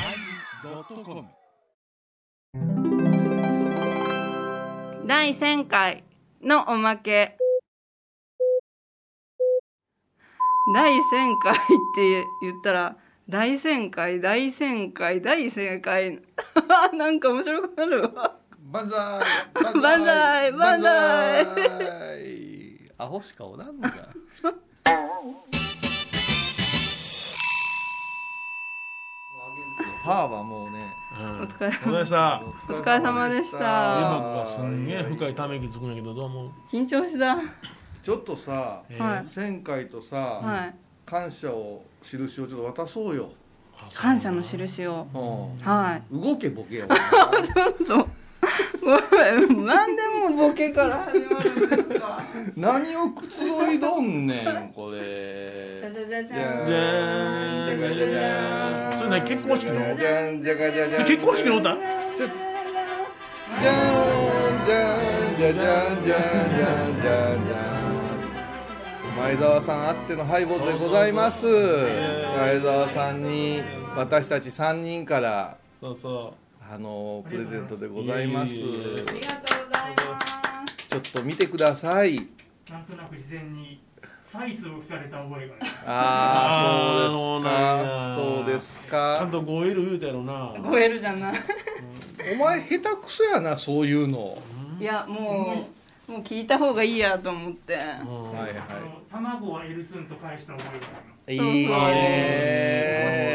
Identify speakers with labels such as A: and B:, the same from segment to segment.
A: YONNIRI.com
B: 第1000回のおまけ。第1000回って言ったら、大1000回、大1000回、大1000回。 なんか面白くなるわ。
C: バンザ ーイ
B: バンザーイバンザーイ
C: イアホしかおらんのかパーはもうね
B: お疲れ様
D: でした
B: お疲れ様でし
D: 今
B: た。
D: はすんげえ深いため息つくんやけどどうも
B: 緊張した。
C: ちょっとさ
D: え
B: はい
C: 前回とさ、
B: はい。
C: 感謝を印をちょっと渡そうよ、
B: 感謝の印を。
C: う
B: はい。
C: ん、動けボケ よ
B: ちょっと。ごめん。なんでもボケから始まるんですか。
C: 何をくつろいどんねんこ
B: じ ゃ
C: れ
B: じゃじゃじ
C: じゃ
B: ゃん。
D: じゃーんじゃじゃじゃーんそれね結婚式の
C: じゃんじゃがじゃじゃん
D: 結婚式の歌
C: ちょっとじゃんじゃんじゃじゃんじゃんじゃんじゃんじゃん前澤さんあってのハイボーズでございます前澤さんに私たち3人から
D: そうそ
C: あのプレゼントでございます
D: いえいえい
B: ありがとうございます。
C: ちょっと見てください
E: なんとなく事前にサイズを聞かれた覚えがあります
C: あ
D: あー
C: あ
D: そ
C: そ
D: う
C: う
D: なんや
C: です
D: う
C: か
D: ちゃ
C: そうんですか
D: と 5L 言うたやろな
B: 5L じゃない。
C: お前下手くそやなそういうの
B: いやもうもう聞いた方がいいやと思って。
D: うん
C: はい
E: あ
C: は
E: の卵はエルスンと返した覚えがあります
C: いいい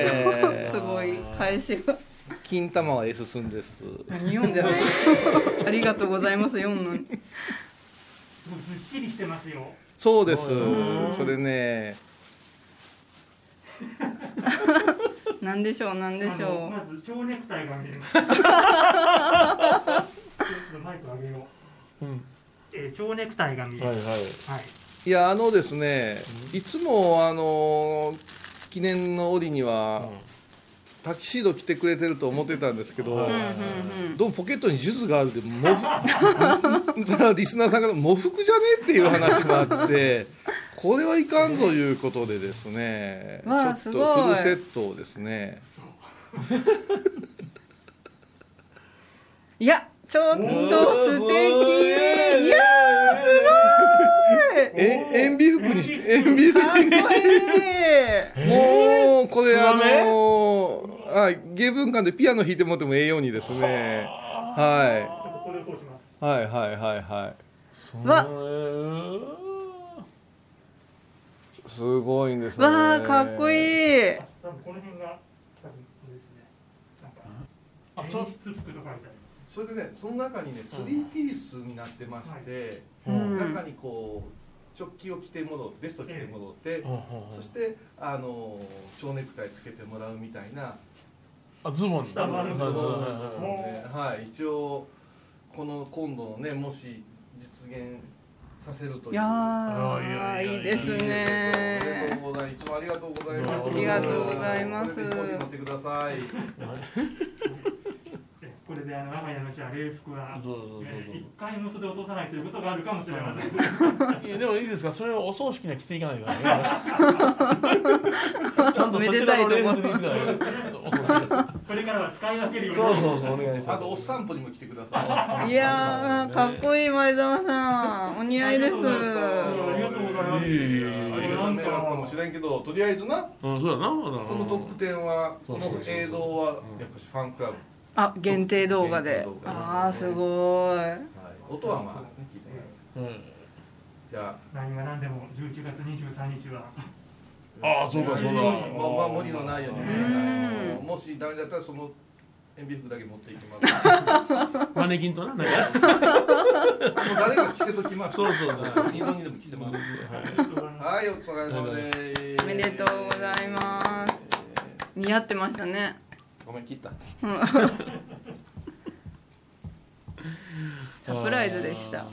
C: ね
B: すごい返しが。
C: 金玉は S 寸です
B: 何読んである。ありがとうございます。読むのに。
E: すごいずっしりしてますよ
C: そうです
D: う。ん
C: それね、
B: なんでしょうなんでし
E: あ
B: ょ
E: の
B: う。
E: まず蝶ネクタイが見えますちょっとマイク上げよう、
D: うん
E: えー、蝶ネクタイが見え
D: は
E: ま
D: い
E: す
D: はい
E: はい、
C: いやあのですね、いつもあの記念の折にはタキシード着てくれてると思ってたんですけど
D: う、
B: うんうんうん。
C: どうもポケットに数珠があるでもふ リスナーさんから喪服じゃねっていう話もあって。これはいかんということでですね、
B: わあ
C: ちょっ
B: すご
C: と
B: い
C: フルセットをですね、
B: いやちょっと素敵。いやーすごい。
C: え塩ビ服にして、 塩ビ服にして
B: かっこいい
C: もうこれ
D: ツ
C: あ
D: バ
C: の
D: メ
C: ーはい芸文館でピアノ弾いてもらってもええようにですねは
E: これをこうしま
C: いは
E: す
C: いはいはいは
B: わ
C: いすごいんですね
B: わあかっこ
C: い
B: いい。
E: 多分この辺が多分これですねなんか演出服とかみたい
C: それでねその中にね3ピースになってまして、
B: うん
C: 中にこう直帰を着て戻ってベスト着て戻って、そしてあのー蝶ネクタイつけてもらうみたいな、
D: あズボン
E: 下回るところ
D: は
C: ねはい一応この今度のねもし実現させるという
B: いやー
D: いやいやいや
B: いいですね
C: ありがとうございます。いつもありがとうございます。
D: ありがとうご
B: ざいます
C: これで飛行機乗ってください。
D: いはい
E: なえこれであの我が家のじゃあ礼服は
D: そうそうそうそう
E: えー一回も袖を落とさないということがあるかもしれません
D: いやでもいいですかそれをお葬式には着ていか ないからねちゃんとそちらのレンズで行くからねお葬式は
E: これからは使い分けるように
D: そうそうそうお願いします
C: あとお散歩にも来てくださ
B: いやーかっこいい前澤さんお似合いです
E: ありがとうございます。
D: いえいえい
C: い。
D: え
C: あ
D: あ
C: りがた迷惑かもしれんけど、とりあえずな、
D: うんそうだなこ
C: この特典は、
D: そ
C: こ
D: うそうそう
C: の映像はやっぱしファンクラブ。
B: あ限定動画で
C: 限定動画で
B: ああすごい
C: はい音はまあね聞いてないです。じゃ
E: 何が何でも11月23日は
D: ああそうだそうだ
C: まあまあ無理のないようにね
B: うん。
C: あのもしダメだったらその塩ビ服だけ持っていきます。
D: マネキンとななんか
C: もう誰か着せときます。
D: そうそうそう
C: 二度にでも着せます。はい、お疲れ様です。
B: おめでとうございます。似合ってましたね
C: ごめん、切った。
B: サプライズでした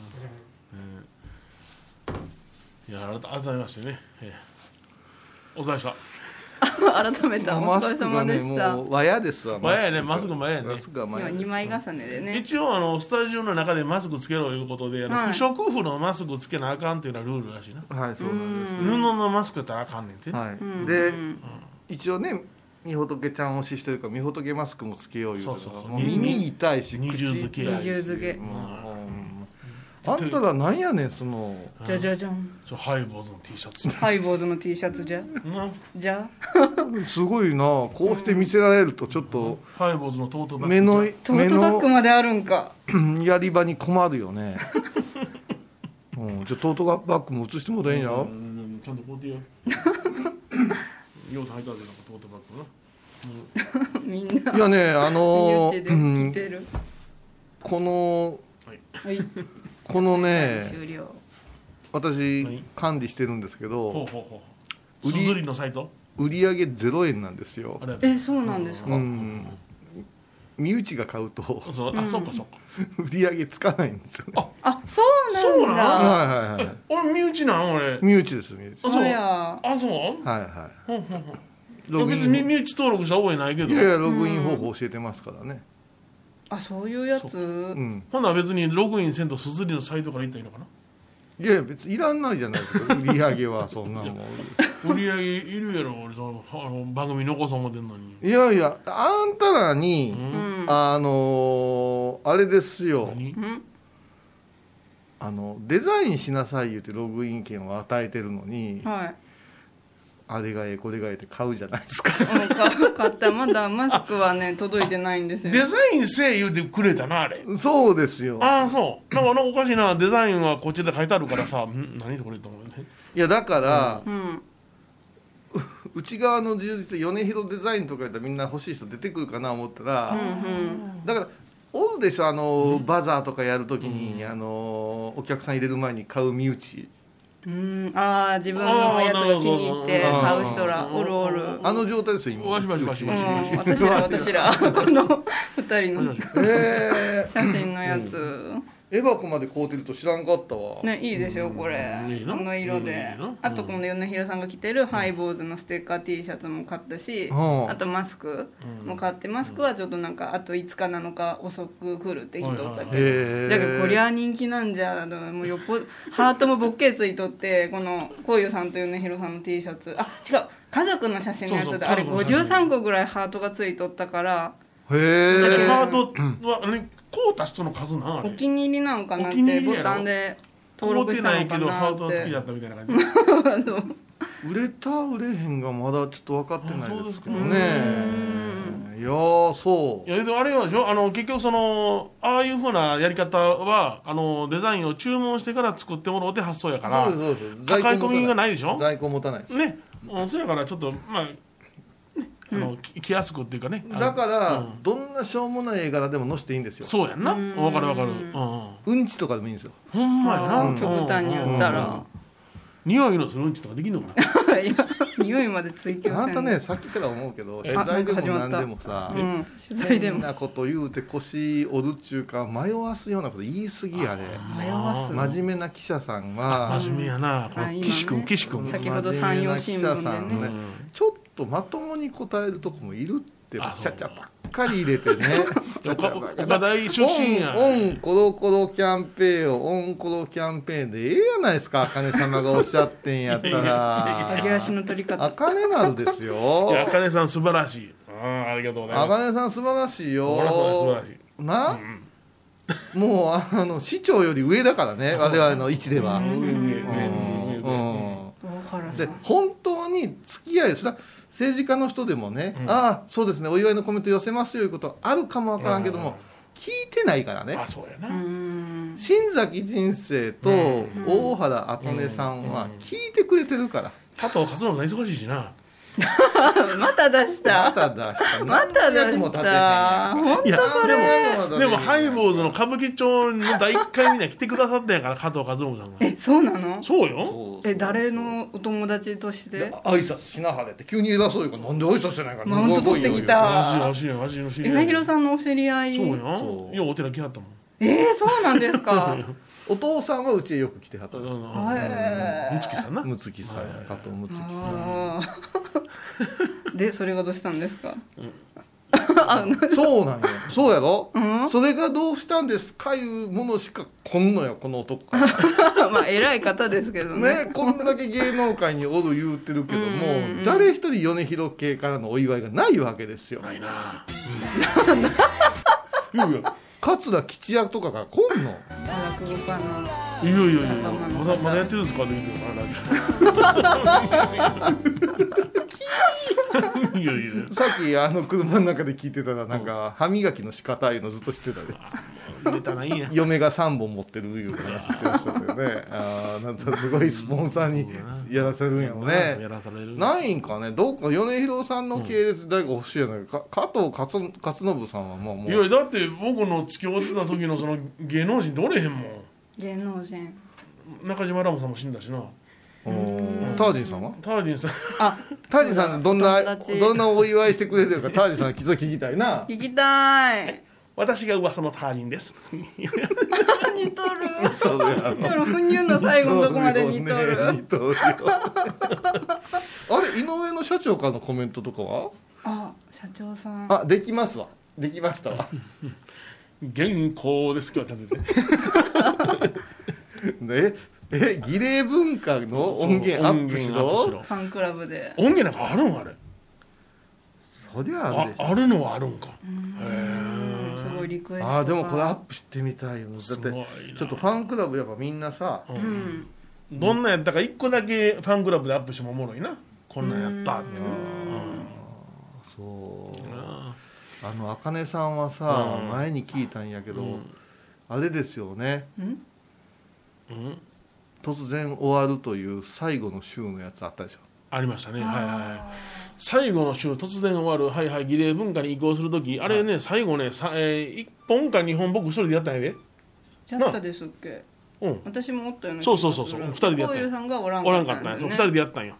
D: いや改改めましてね、ええお疲れ様でした
B: 改めてお
C: マ
B: 疲
C: ス
B: れ
C: クが
B: 様
C: ね
B: でした、
C: もう和やですわ
D: 前やね、マスク前や
C: マ
D: ね
C: ス。クが
B: 今
C: 前
B: 2枚重ねでね
D: 一応あの、スタジオの中でマスクつけろいうことで、あの
B: はい
D: 不織布のマスクつけなあかんっていうのはルールらしいな。
C: はいそうなんです
B: うん
D: 布のマスクやったらあかんねんて。
C: はい、
B: うん
C: で、
B: うん
C: 一応ねみほとけちゃん推ししてるからみほとけマスクもつけよう言う
D: そう
C: か
D: そう
C: ら
D: そう
C: もう耳痛いし
D: 二重付
C: 口
D: け
C: 痛いし
B: 二重付け
C: もうあんたらなんやねんその
B: じゃじゃじゃん
D: ちょハイボーズの T シャツ。
B: ハイボーズの T シャツじゃ
D: な
B: じゃ
C: すごいなこうして見せられるとちょっと
D: ハイボーズのトートバッグ。
C: 目の
B: ト
C: 目
B: ートバッ
C: の
B: グまであるんか
C: うんやり場に困るよねうん、じゃあトートバッグも移してもらえんや
D: うん
C: ろ
D: うんちゃんとこうてよ。よう履いたでなんかトートバッグな。
B: みんない
C: やね あ
B: 身
C: の
B: 内で
C: う
B: 着
C: ん
B: てる、
C: この
B: はい
C: このね
B: 終了
C: 私
D: 何
C: 管理してるんですけ
D: ほう
C: ど
D: ほうほう。
C: 売
D: す
C: り
D: ずりのサイト
C: 売り上げ0円なんですよ
D: あれやで
B: えそうなんですか、
C: うん身内が買うと
D: そう
B: う
D: あ、
B: ん
D: そうかそうか。
C: 売り上げつかないんですよね
B: あそうなん
C: は
D: あ
C: い
B: だ
C: はいはい
D: 俺、身内なん俺。
C: 身内です身内
D: そうなの
B: そうや
D: あ、そう
C: はいは
D: ほんほんほん
C: いロ
D: い
C: グ
D: や
C: イ
D: 別に
C: ン
D: 身内登録した覚えないけど
C: いやいやログイン方法教えてますからね
B: あそういうやつ
C: うん
D: ほんなら別にログインせんとすずりのサイトから行ったらいいのか
C: いやいや別にいらんないじゃないですか売り上げはそんなもん
D: な売り上げいるやろ俺そのあの番組残そう思ってんのに
C: いやいやあんたらに
D: うん
B: うん
C: あのーあれですよ
D: 何
B: うん
C: あのデザインしなさい言ってログイン券を与えてるのに
B: はい
C: あれがええこれがええって買うじゃないですか
B: うんか買ったまだマスクはね届いてないんですよ
D: デザインせえ言うてくれたなあれ
C: そうですよ
D: ああそうなんかなんかおかしいなデザインはこっちで書いてあるからさん何これと思うね
C: いやだから、
B: うん
C: 内側の充実で米広デザインとかやったらみんな欲しい人出てくるかな思った
B: うんう
C: ら、
B: ん
C: だからおるでしょあの、バザーとかやるときに、あのお客さん入れる前に買う身内、
B: うんああ自分のやつが気に入って買う人らおるおる
C: あの状態ですよ今
D: わしわしわし
B: う
D: わし
B: ん私 ら私らこの二人の
C: え
B: 写真のやつ
C: ー、エバコまで買うてると知らんかったわ、
B: ねいいでしょこれ
D: うんいいな
B: この色で
D: いいな
B: あとこの米広さんが着てるハイボーズのステッカー T シャツも買ったし
C: うん
B: あとマスクも買ってマスクはちょっとなんかあと5日なのか遅く来るって人おった
D: はいは
B: け
D: いは
B: ど
D: い
C: えー、
B: だけどこりゃ人気なんじゃもうよっぽどハートもボッケついとってこのこうゆさんと米広さんの T シャツあ違う家族の写真のやつ
D: そう
B: で
D: そう
B: あれ
D: 家族の写真
B: 53個ぐらいハートがついとったから
C: へ
D: だけど
C: え
D: ハートはねこうた人の数なあ
B: お
D: れ
B: 気に入りなのかなっ
D: お気に入
B: て
D: りや
B: ボ
D: ろ
B: タンで登録
D: 登録
B: し
D: な
B: たの
D: いけ
B: か
D: どハ
B: な
D: ート
B: っ
D: は好き
B: て
D: だったみたいな感じ
C: 売れた売れへんがまだちょっと分かってないですけどね
D: あそう
C: いやーそう
D: いやでもあれはでしょあの結局そのああいうふうなやり方はあのデザインを注文してから作ってもろうて発想やから
C: そうですそうです
D: 抱え込みがないでし
C: 在庫持た在庫持た
D: ょ
C: ないです
D: ね、うんそやからちょっとまあ,、ね、あのき来やすくっていうかねあの
C: だから、
D: うん
C: どんなしょうもない絵柄でも載せていいんですよ
D: そうやんな
B: うん
D: わかるわかる、うんうん、
C: うんちとかでもいいんですよ
D: ほんまやな、
B: うん極端に言った
C: うん
B: ら、
D: 匂いのするうんちとかできんのかな
B: いや匂いまで追求せん
C: あんたねさっきから思うけど取材でも何でもさ
B: うん、取材で
C: 変
B: も
C: なこと言うて腰折るっちゅうか迷わすようなこと言いすぎやで
B: 迷わす
C: 真面目な記者さんは
D: 真面目やな、こ
B: あ
D: の
B: 今ね
D: 岸君岸君、
B: 先ほど山陽新聞で
C: 真面目な記者さん
B: ね
C: ねちょっとまともに答えるとこもいるって
D: あそう
C: ちゃちゃばっかり入れてねちゃちゃばっかり
D: 岡大出身や
C: オンオンコロコロキャンペーンをオンコロキャンペーンでええやないですか茜様がおっしゃってんやったら
B: 揚げ足の取り方
C: 茜丸ですよ
D: いや茜さん素晴らしいうんありがとうございます
C: 茜さん素晴らしい
D: ほらほ
C: よ
D: ら素晴らしい
C: な
D: う、ん
C: もうあの市長より上だからね
D: あそう
C: 我々の位置では
D: 上上上上上上
C: うん
B: 大原
C: で
B: さん
C: 本当に付き合いそれは政治家の人でもね、
D: うん
C: ああそうですねお祝いのコメント寄せますよいうことはあるかもわからんけども、
D: うん
C: 聞いてないからね
D: あそうやな、
B: うーん
C: 新崎人生と
D: うん
C: 大原茜さんは
D: うん
C: 聞いてくれてるから、
D: 加藤勝信さん忙しいしな
B: また出し
C: ま
B: た
C: た出し た
B: また出
C: 何の役も
B: し
C: 立てへんや
B: た
C: ん
B: 本
D: いや
B: 当それ
C: 何の役も立てへん
D: でもハイボーズの歌舞伎町の第一回みんな来てくださったんやから加藤和信さんが
B: えそうなの
D: そ
C: そ
D: う
C: う
D: よ
C: そうそう
B: え誰のお友達とし
C: で
B: て
C: 挨拶しなはれって急に偉そういうからなんで挨拶してないから
B: マウント取ってきた
D: マジマジの知り合
B: 稲
D: い
B: 広さんのお知り合い
D: そう
C: そ
D: よ
C: う
D: ようお寺来はったもん
B: えー、 そうなんですか
C: お父さんはうちへよく来てはった
D: あの
B: はい
D: むつきさんな
C: 睦月さん
D: はい
C: 加藤睦月さん
B: あでそれがどうしたんですか
C: そうなんよそうやろ、
B: うん
C: それがどうしたんですかいうものしかこんのよこの男か ら
B: まあ偉い方ですけどね
C: ね、こんだけ芸能界におる言うてるけども、
B: うんうんうん
C: 誰一人米広系からのお祝いがないわけですよ、
D: ないな。
C: いやいや桂吉也とかが来んの
B: 落語家の
D: いやいやいや
B: 仲間の方
D: まだまだやってるんですかね ラジオ。いやいや。
C: さっきあの車の中で聞いてたらなんか歯磨きの仕方いうのずっとしてたで
D: ネタないんや。
C: 嫁が3本持ってるいう話してましたけどねあーなんかすごいスポンサーにやらせるんやろ
D: や
C: ね
D: らされる。
C: ないんかねどっか米広さんの系列で誰か欲しいやないかか加藤勝勝信さんはもうも
D: いうやだって僕の付き合ってた時のその芸能人どれへんも
B: 芸能人
D: ん。中島ラモさんも死んだしな。
C: おータージンさんは
D: ターリンさん。
B: あ
C: タージンさんどんな
B: 友達
C: どんなお祝いしてくれてるかタージンさんの気づき聞きた いな
B: 聞きたい
D: 私が噂のターリ ンです。
B: 似とる
C: そうや
B: 似とるふにゅの最後のとこまで似と る
C: 似とるよあれ井上の社長からのコメントとかは
B: あ社長さん
C: あできますわできましたわ
D: 原稿です今日は立て て。
C: ええ儀礼文化の音源アップし
D: 音源アッ
C: ろ
D: プし
B: ファンクラブで
D: ろ音源なんかあるんあれ。
C: そりゃあ
D: あ
C: るでしょ
D: あるのはあるんか。
B: すごいリクエストが
C: あーでもこれアップしてみたいよだって
D: すごいな
C: ちょっとファンクラブやっぱみんなさ
D: う
B: うんん
D: どんなんやったか一個だけファンクラブでアップしてもおもろいな。こんなんやったって。
C: そう
D: あ
C: あの茜さんはさ
D: うん
C: 前に聞いたんやけ
D: ー
C: どあれですよね
B: うん
D: うん
C: 突然終わるという最後の週のやつあったでしょ
D: ありましたね。はいはいはい。最後の週突然終わる、はいはい、儀礼文化に移行するとき、あれね、最後ね、さえー、1本か2本、僕一人でやったんやで。
B: じゃったですっけ
D: うん。
B: 私もおったよね
D: そうそうそうそう二人でやっ
B: コ
D: たよ
B: イルさんがおらん
D: おらんかったんや。
B: です
D: そう、
B: ね
D: 2人でやったんよ。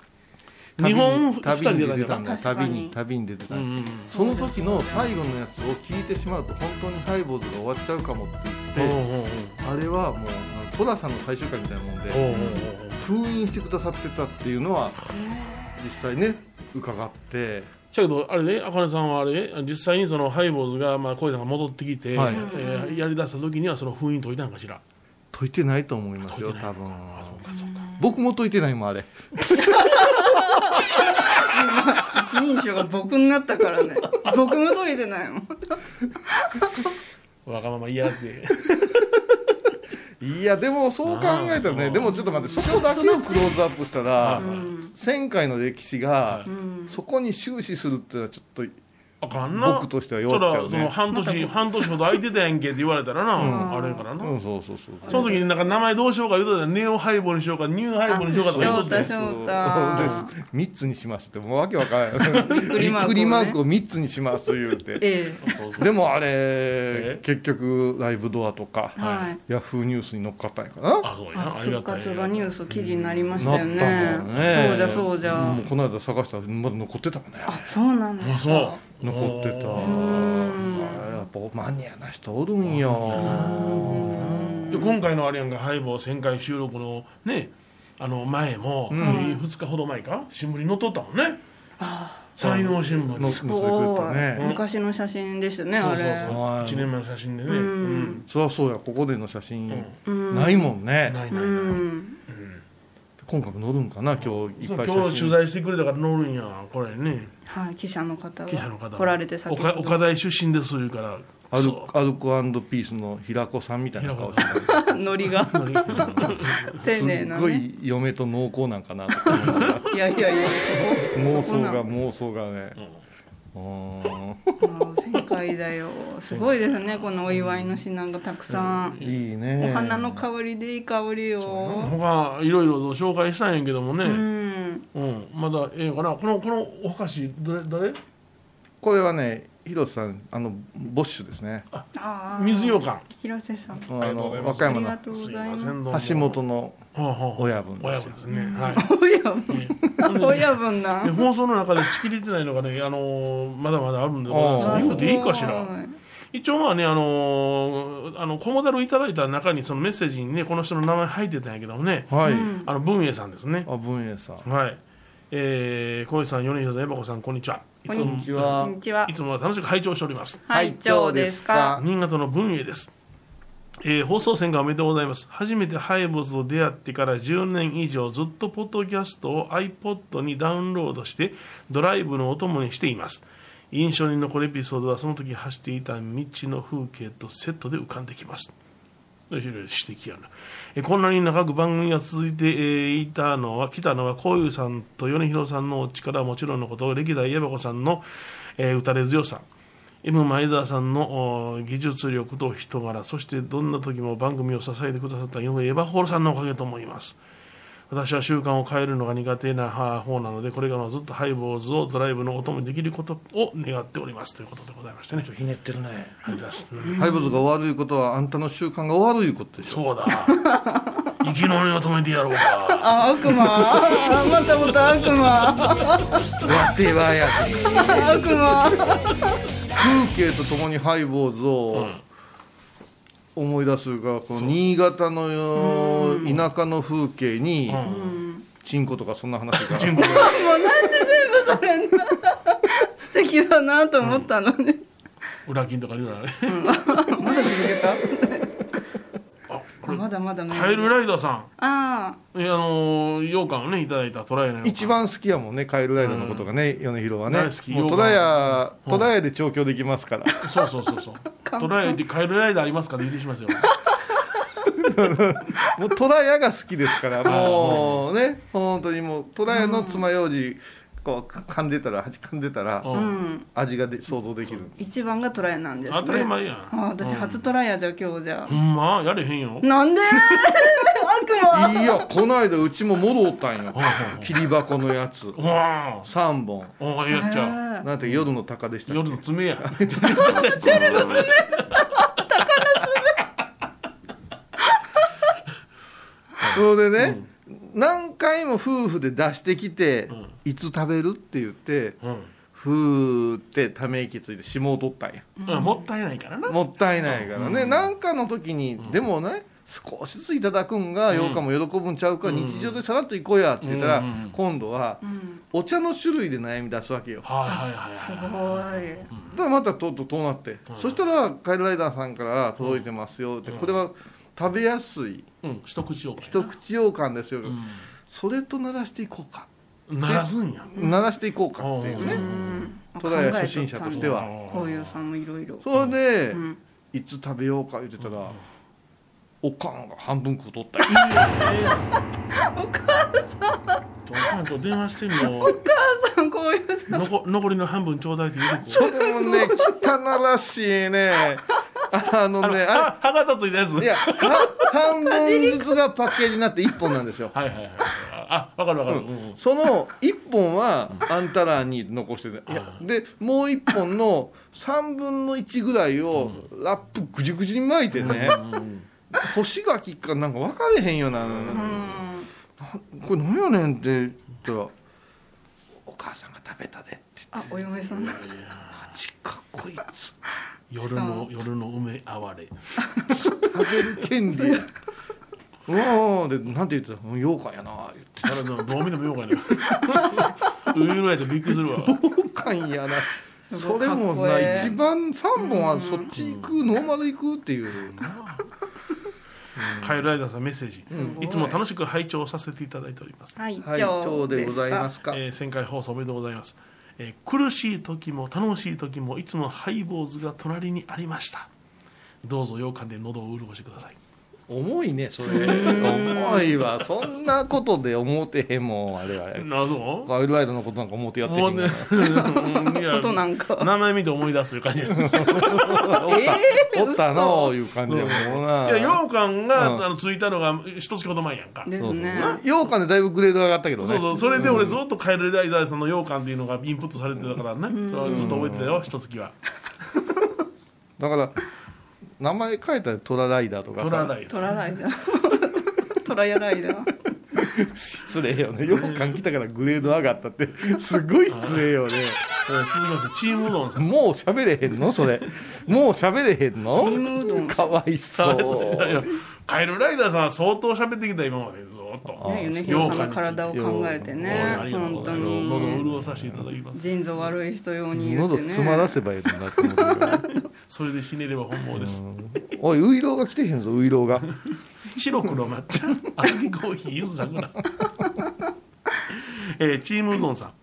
D: 2本、2
C: 旅
D: 人
C: に
D: で
C: 出
D: や
C: て
D: った
C: た
D: ん
C: ん
D: や
C: だ
B: 確か
C: 旅
B: に
C: に旅に出てた
D: うんん
C: だ
D: うんうん。
C: その時の最後のやつを聞いてしまうと本当にハイボーズが終わっちゃうかもって
D: お
C: 言
D: う
C: って、
D: おうおう
C: あれはもう戸田さんの最終回みたいなもん
D: おう
C: で
D: おうおう
C: 封印してくださってたっていうのは実際ね伺って
D: しゃけど、あれね、あかねさんはあれ、実際にそのハイボーズが、まあ、小枝が戻ってきて、
C: はい
D: えーやりだした時には、その封印解いたんかしら。
C: 解いてないと思いますよ
D: 解いてな
C: 多
D: い
C: 分
D: あ、そうか、そうか。
C: 僕も解いてないもんあれ
B: 一人称が僕になったから ね僕も解いてないもん
D: わがまま嫌 で。
C: いやでもそう考えたら
D: あ
C: ね
D: ー
C: でもちょっと待ってそこだけをクローズアップしたら
D: う
B: うん
C: 1000回の歴史が
B: うん
C: そこに終始するっていうのはちょっと
D: あかんな。
C: 僕としては
D: そ
C: 弱っちゃ
D: ら
C: う
D: その
C: ね
D: 半
B: また
D: 年
B: 僕
D: 半年ほど空いてたやんけって言われたらな、
C: うん
D: あれやからな、
C: うんそうそうそう
D: その時になんか名前どうしようか言うたらネオハイボーにしようかニューハイボーにしようかとか言うとったやん
B: 翔太
C: そうです三つにしますってもうわけわから ないびっ
B: くりマークをね
C: くりマークを三つにします言うて
B: え
D: そうそう
C: でもあれ結局ライブドアとか
B: えはい
C: ヤフーニュースに乗っかったんやからな
D: あそうやな
B: あ
D: ありが
B: 復
D: たい
B: 活がニュース記事になりましたよね
C: なったもんね
B: そうじゃそうじゃ、
C: もうこの間探したらまだ残ってたもんね
B: あそうなんで
D: あ
B: す
D: そ
B: か
D: う
C: 残ってた
B: ん
C: あれやっぱマニアな人おるんよ
D: で今回のあれやんかハイボー旋回収録のねあの前も、
C: うん
D: 2日ほど前か新聞に載っとったもんね才能新聞
C: の
D: に
C: 載せてくれた
B: すごい
C: ね
B: 昔の写真でしたね
D: そ
B: あ
D: うそう
B: れ
D: そう1年前の写真でね
B: うん
C: そりゃそうやここでの写
D: うん
C: 真
B: うん
C: ないもん
D: ない
C: ね
D: ないな
B: う
D: い、
B: ん
C: 今回も載るんかな今日い
D: そ
C: っ
D: う
C: ぱい
D: 今
C: 写
D: 日
C: 真
D: 取材してくれたから乗るんやこれね
B: はい記者の方が
D: 記者の方が
B: 来られて先ほ
D: 岡岡
B: ど
D: 大出身です言うから
C: アル
D: そう
C: アルコピースの平子さんみたいな顔して
D: 平子
B: ノリ が丁
C: す
B: 寧
C: っ
B: な
C: ご
B: ね
C: い嫁と濃厚なんかなとか思いながら
B: いやいやいや
C: 妄想
B: そこな
C: が妄想がねうーん
B: 旋回だよすごいですねこのお祝いの品がたくさん、
C: いいね
B: お花の香りでいい香りよ
D: 他いろいろと紹介したんやけども
B: う
D: ね、
B: ん
D: うんまだええかなこのこのお菓子誰誰
C: これはね広瀬さんあのボッシュですね
B: あー
D: 水羊羹
B: 広瀬さん
C: あ
D: ありがとう
C: の
D: ござ
B: あ
C: 和歌
D: います
C: 山
B: りが
C: の
B: とうございます
D: んどうも
C: 橋本の
D: はあはあ
C: 親分で
D: 親
C: す
D: 分
C: よ
D: ですね、はい
B: 親分
D: ほんで
B: 親分な
D: で放送の中で仕切れてないのがね、あのーまだまだあるんでございます
C: あー
D: 言うていいかし
B: あ
D: ら
B: ー
D: 一応まあねあのーあの小モダルいただいた中にそのメッセージにねこの人の名前入ってたんやけどもね
C: はい
B: うん
D: あの文英さんですね
C: あ文英さん
D: はい、えー、小西さん、米広さん、エバコさん、こんにちは。いつ
B: こ
D: も。
B: ん
C: にちは
B: こんにちはい
D: つもは楽しく拝聴しております。
B: はい、
C: はい
B: どうですか。
D: 新潟の文英です。えー放送線がおめでとうございます。初めてハイボスと出会ってから10年以上ずっとポッドキャストを iPod にダウンロードしてドライブのお供にしています。印象に残るエピソードはその時走っていた道の風景とセットで浮かんできます。指摘やなえこんなに長く番組が続いてえーいたのは来たのはこういうさんと米広さんのお力はもちろんのこと歴代矢箱さんの、えー打たれ強さ M 前澤さんのお技術力と人柄そしてどんな時も番組を支えてくださった井上エバホールさんのおかげと思います私は習慣を変えるのが苦手なは方なのでこれからもずっとハイボーズをドライブのお供にできることを願っておりますということでございましてね
A: ひねってるね
D: ありがとうございます、うん
C: ハイボーズが悪いことはあんたの習慣が悪いことでしょ
D: そうだ生きの根を止めてやろうか
B: あ、悪魔。あまたまた悪魔。
C: わてはやで
B: 悪魔。
C: 風景とともにハイボーズを思い出すがこの新潟のよ田舎の風景にチンコとかそんな話
B: も
C: が
B: うなんで全部それな。素敵だなと思ったのね。
D: 裏金とかいろいろある
B: まだ続けた。あ、まだまだまだ。
D: カエルライダーさ
B: あ
D: んえあのー羊羹をねいただいたトライの羊羹
C: 一番好きやもんねカエルライダーのことがね米広はね
D: 大好き
C: もうトラヤトラヤで調教できますから
D: そうそうそうそうトライでカエルライダーありますかって言ってしまいますよ
C: もうトラヤが好きです からもうね本当にもうトラヤの爪楊枝こう噛んでたらはじかんでたら
B: あ、う
D: うん
B: ん。
C: 味がで想像できる
B: 一番がトライなんですね。
D: 当たり前や
B: あ
D: ん
B: 私初トライやじゃあ今日じゃ
D: ほんまやれへんよ
B: あ。 なんで悪魔
C: いやこの間うちももろおったんよ
D: ほんほん
C: 切り箱のやつ
D: ほんわ
C: 3本
D: ーおーやっちゃう
B: えー
C: なんて夜の鷹でしたっけ
D: 夜の爪や夜の爪
C: それでね、何回も夫婦で出してきて、
D: ん
C: いつ食べるって言って
D: うん
C: ふーってため息ついて霜を取ったんや
D: うんもったいないからな
C: もったいないからね、なんかの時に、でもね少しずついただくんが
D: うん
C: ようかも喜ぶんちゃうか、
D: うん
C: 日常でさらっと行こうやって言ったら、
D: うんうん
C: 今度は
B: うん
C: お茶の種類で悩み出すわけよ
D: はいはいはいはい
B: すごい
C: だからまたとうとうとうなって、
D: うん
C: そしたらカイルライダーさんから届いてますよって、
D: うん
C: これは食べやすい
D: うん一口を
C: 一口ようかんですよ、
D: う
C: それと鳴らしていこうか
D: ん鳴らすんや
C: 鳴らしていこうかっていう
B: う
C: ね、
B: ん
C: トライ初心者としては
B: こういうさんもいろいろ
C: それで、
B: うん
C: いつ食べようか言ってたら、おかんが半分食うとった
D: お母さんお母さんと電話してみよう
B: さんこういうさん
D: 残残りの半分ちょうだいって言 うて
C: それもね汚らしいねあのねあ
D: 歯型ついたやつ
C: いやは半分ずつがパッケージになって1本なんですよ
D: はいはいはいあわかるわかる、うんうん
C: その1本はあんたらに残してていやでもう1本の3分の1ぐらいをラップぐじゅぐじゅに巻いてね干し柿かなんか分かれへんよな、
B: うん
C: これ何やねんって言ったら「お母さんが食べたで」って
B: あお嫁さん
C: 「マジかこいつ
D: 夜の夜の梅哀れ
C: 食べる権利や」うわーでなんて言ってたの「ようかんやな」言って
D: 誰のどう見てもようかね うゆるやとびっくりするわ
C: 「ようかんやな」
B: すご
C: そ
B: い
C: れも
B: かっこ
C: な
B: ええ
C: 一番3本はそっち行くノーマル行くっていう
D: カエルライダーさんメッセージ、
B: ん
D: いつも楽しく拝聴させていただいております、
B: はい
C: はい
B: 今
C: 今
B: 日
C: 日でございますすか
D: えー、1000回放送おめでとうございます、えー苦しい時も楽しい時もいつもハイボーズが隣にありましたどうぞ羊羹で喉を潤してください
C: 重いねそれ重いわそんなことで思ってへんもんあれは
D: なるほ
C: ガイドライドのことなんか思ってやってへ
D: もうんね
C: から
D: う んいや
B: ことなんか
D: 名前見て思い出すという感じですい
B: えー
C: おったのーいう感じやもんな
D: や羊羹が、
C: うん
D: あのついたのが一月ほど前やんか
B: です
C: そう
B: ね
C: そうようかんでだいぶグレード上がったけどね
D: そうそうそれで俺ずっとカエルライダーさんの羊羹っていうのがインプットされてたからね、それはずっと覚えてたよ一月は
C: だから名前変えたらトラライダーとか
D: ト
C: さ
D: ラライダー
B: トラライ ダートラヤライダー
C: 失礼よねようかん来たからグレード上がったってすごい失礼よね
D: うん続きましてチームうどんさん
C: もう喋れへんのそれもう喋れへん
B: チームうど
C: の
B: ん
C: かわいそう
D: いやカエルライダーさんは相当喋ってきた今までずっと。
B: ね、米
D: よ
B: 広
D: うか
B: さんの
D: に
B: 体を考えてね
D: ありがとう
B: 本
D: ござ
B: 当
D: います
B: に
D: 喉を潤させていただきます。
B: 腎臓悪い人用に言う
C: 喉
B: てね
C: 詰まらせばいいのになって思ってるから
D: それで死ねれば本望です。
C: おいウイローが来てへんぞウイローが
D: 白黒抹茶、小豆コーヒー、ゆず桜。 えー、チームうどんさん。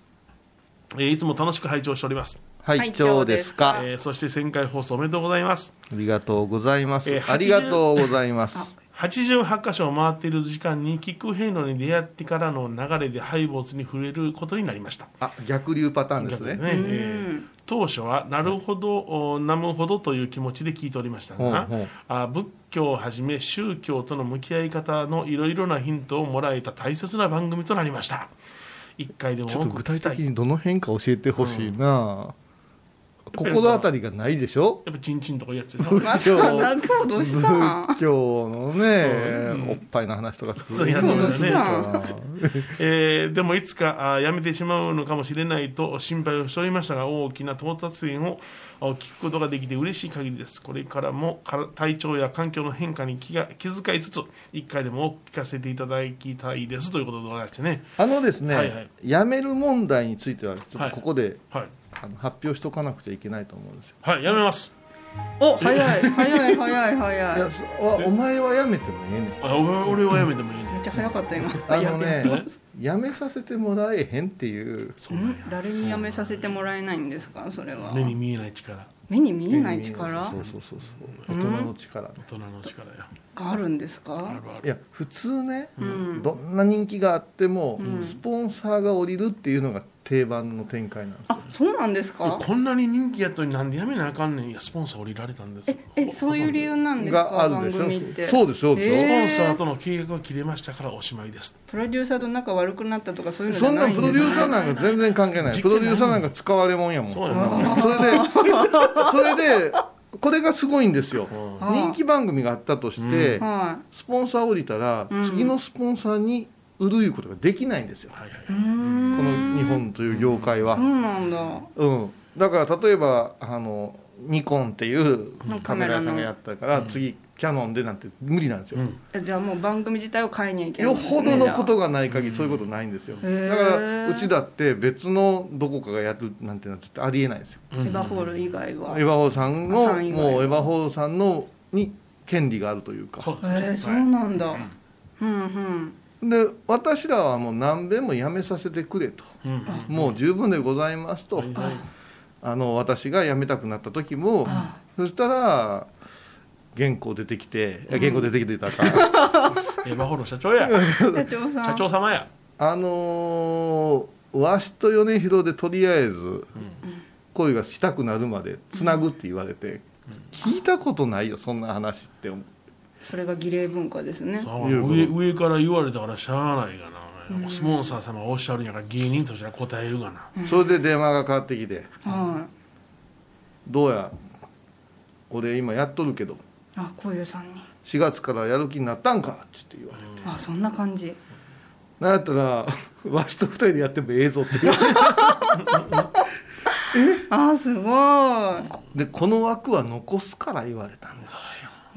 D: えーいつも楽しく拝聴しております、
C: はい、
B: はい
C: 今日ですか
B: 今日で
D: えーそして1000回放送おめでとうございます
C: ありがとうございます、
D: えー80
C: ありがとうございます
D: 88箇所を回っている時間にキックヘイロに出会ってからの流れで敗没に触れることになりました
C: あ逆流パターンですね
D: 逆にねえー当初はなるほど、おなむほどという気持ちで聞いておりましたが、
C: ほうほう
D: あ仏教をはじめ宗教との向き合い方のいろいろなヒントをもらえた大切な番組となりました一回でも
C: ちょっ
D: 多
C: と
D: く
C: 具
D: 聞
C: 体
D: きたい
C: 的にどの辺か教えてほしいな、心当たりがないでしょ
D: やっぱチンチンとかいうやつでしょ
B: またなんか脅し
C: 仏
B: たん
C: 教のね、
D: うん
C: おっぱいの話とか作
D: そうや
C: る
D: る
C: の
D: ん
C: に
D: だね
C: あ
D: えーでもいつかあーやめてしまうのかもしれないと心配をしておりましたが大きな到達点をあー聞くことができて嬉しい限りですこれからもから体調や環境の変化に気が気遣いつつ一回でも多く聞かせていただきたいですということでございましてね
C: あのですね、
D: はいはい
C: 辞める問題についてはちょっとここで、
D: はい、
C: あの発表しとかなくちゃいけないと思うんですよ
D: はい、やめます
B: お早い早い早い
C: い
B: 早
C: や
B: い
C: そあお前は辞めてもええねん
D: あ俺俺はやめてもいい
B: めっ
D: ね
B: ちゃ早かった今
C: あのね
D: え
C: 辞めさせてもらえへんっていう
D: そ
B: ん誰に辞めさせてもらえないんですかそれは
D: 目に見えない力
B: 目に見えない力
C: そうそうそうそう大人の力ね、
D: 大人の力や
B: があるんです
D: あ
B: か
D: るあ
C: い
D: る
C: や普通ね、
B: うん
C: どんな人気があっても、
B: うん
C: スポンサーが降りるっていうのが定番の展開なんですよ
B: あそうなんですか
D: こんなに人気やったのになんでやめなあかんねんいやスポンサー降りられたんです
B: ええそういう理由なんですか
C: がある
B: 番組っ
C: で
B: て
C: しょそうですそうです
D: ス
C: よ、
D: ポンサーとの契約が切れましたからおしまいです
B: プロデューサーと仲悪くなったとかそういうのじ
C: そ
B: ゃ
C: んな
B: ないん
C: ん
B: で
C: プ
B: す
C: ロデューサーなんか全然関係ない
D: 実
C: プ
D: 験な
C: ロ
D: い
C: デューサーなんか使われもんやもん
D: そうやな
C: それでそれでこれがすごいんですよ
D: うん
B: あー
C: 人気番組があったとして、
B: は
C: スポンサー降りたら、
B: うん
C: 次のスポンサーに売るいうことができないんですよ
D: はいはい、
B: いこ
C: この
B: の
C: 日本という業界は、
B: そうなんだ
C: うん、だから例えばあのニコンっていうカ
B: カ
C: メ
B: メ
C: ラ
B: ラの
C: 屋さんがやったから、次キャノンでなんて無理なんですよ、
D: うん
B: えじゃあもう番組自体を変えにゃいけない
C: よ
B: んですね
C: ほどの
B: じ
C: こ
B: ゃ
C: とがない限りそういうことないんですよ、
B: へー
C: だからうちだって別のどこかがやるなんてのは絶対ありえないですよ
B: あエヴァホール以外は
C: エヴァホーさんの
B: さん以外は
C: もうエヴァホーさんのに権利があるというか
D: そうですね、
B: えー、そう
D: はい
B: なんだ、うんうん
C: で私らはもう何べんもやめさせてくれと
D: うん
C: もう十分でございますと、
D: はいはい
C: あの私が辞めたくなった時も
B: あ
C: そしたら原稿出てきていや原稿出てきてたから、
D: エヴァホールの社長や
B: 社長さん
D: 社長様や
C: あのーわしと米広でとりあえず恋がしたくなるまでつなぐって言われて、聞いたことないよそんな話って思う
B: それが儀礼文化ですね
D: そう
C: いうこと
D: 上上から言われたからしゃあないがな、スポンサー様がおっしゃるんやから芸人としては答えるがな、
C: それで電話がかかってきて
B: は
C: 「どうや俺今やっとるけど
B: いあこういうさんに
C: 4月からやる気になったんか」って言って言われて。
B: あそんな感じ
C: なんやったら わしと二人でやってもええぞって言われ て
B: あすごい
C: でこの枠は残すから言われたんです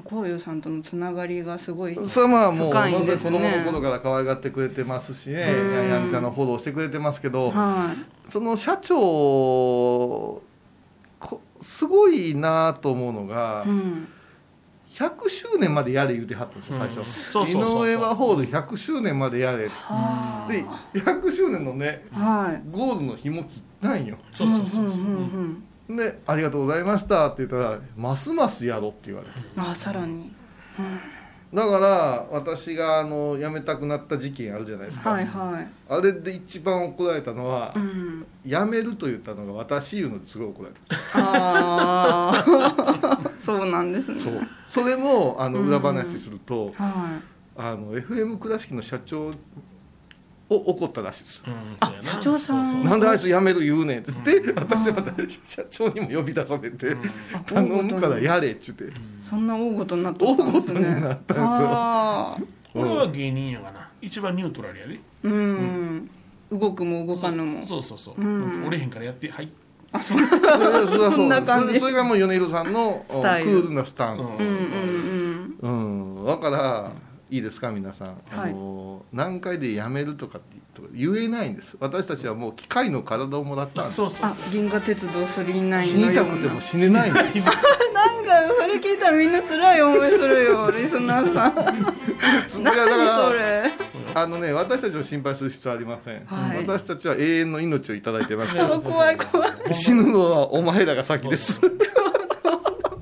B: こういうさんとのつながりがすごい
C: それはまあもう、
B: 深い
C: ま
B: ん
C: ず
B: です
C: 子
B: ね
C: 供の頃から可愛がってくれてますしね
B: うん
C: やんちゃなフォローしてくれてますけど、
B: はい
C: その社長こすごいなと思うのが、
B: うん、
C: 100周年までやれ言うてはったんですよ最初、
D: うんそうそうそうそう
C: 井上はホール100周年までやれで
B: は
C: 100周年のね
B: あはい
C: ゴールの紐切ったんよ
D: そうそうそう
B: んうんう
D: そう、
B: んうん
C: で「ありがとうございました」って言ったら「ますますやろ」って言われて
B: あさらに
C: だから私があの辞めたくなった事件あるじゃないですか、
B: はいは
C: あれで一番怒られたのは、
B: い うん
C: 辞めると言ったのが私言うのですごい怒られた
B: ああ そうなんですね
C: そうそれもあの裏話すると、
B: はい
C: あの FM 倉敷の社長を怒ったらしいです、
D: うん
B: あ
D: そうやな
B: 社長さん
D: そうそう
C: なんであいつ辞める言うねんって言って、私はまた社長にも呼び出されて、
B: あ
C: 頼むからやれっちゅって、
B: そんな大事になったんですね
C: 大事になったんですよ
B: あー
D: 俺は芸人やがな一番ニュートラルやで
B: うん、動くも動かぬも
D: そうそうそう、
B: うん
D: 折れへんからやってはい、
C: それはそれは
B: そんな
C: そ
B: 感じ
C: れそれがもう米広さんのうんク
B: スタイル
C: ールなスタン
D: うん
C: ド、
B: うんうん
C: うんだからいいですか皆さん、
B: はい
C: あの何回でやめるとかって言えないんです私たちはもう機械の体をもらったんです
D: そうそう
B: あ銀河鉄道
C: 死
B: 999の
C: に
B: よ
C: た
B: う
C: くて
B: な
C: も死ねない んです
B: なんかそれ聞いたらみんな辛い思いするよリスナーさん
C: いやだから
B: 何それ
C: あのね私たちを心配する必要ありません、
B: はい
C: 私たちは永遠の命をいただいてます
B: あ怖い怖い
C: 死ぬのはお前らが先です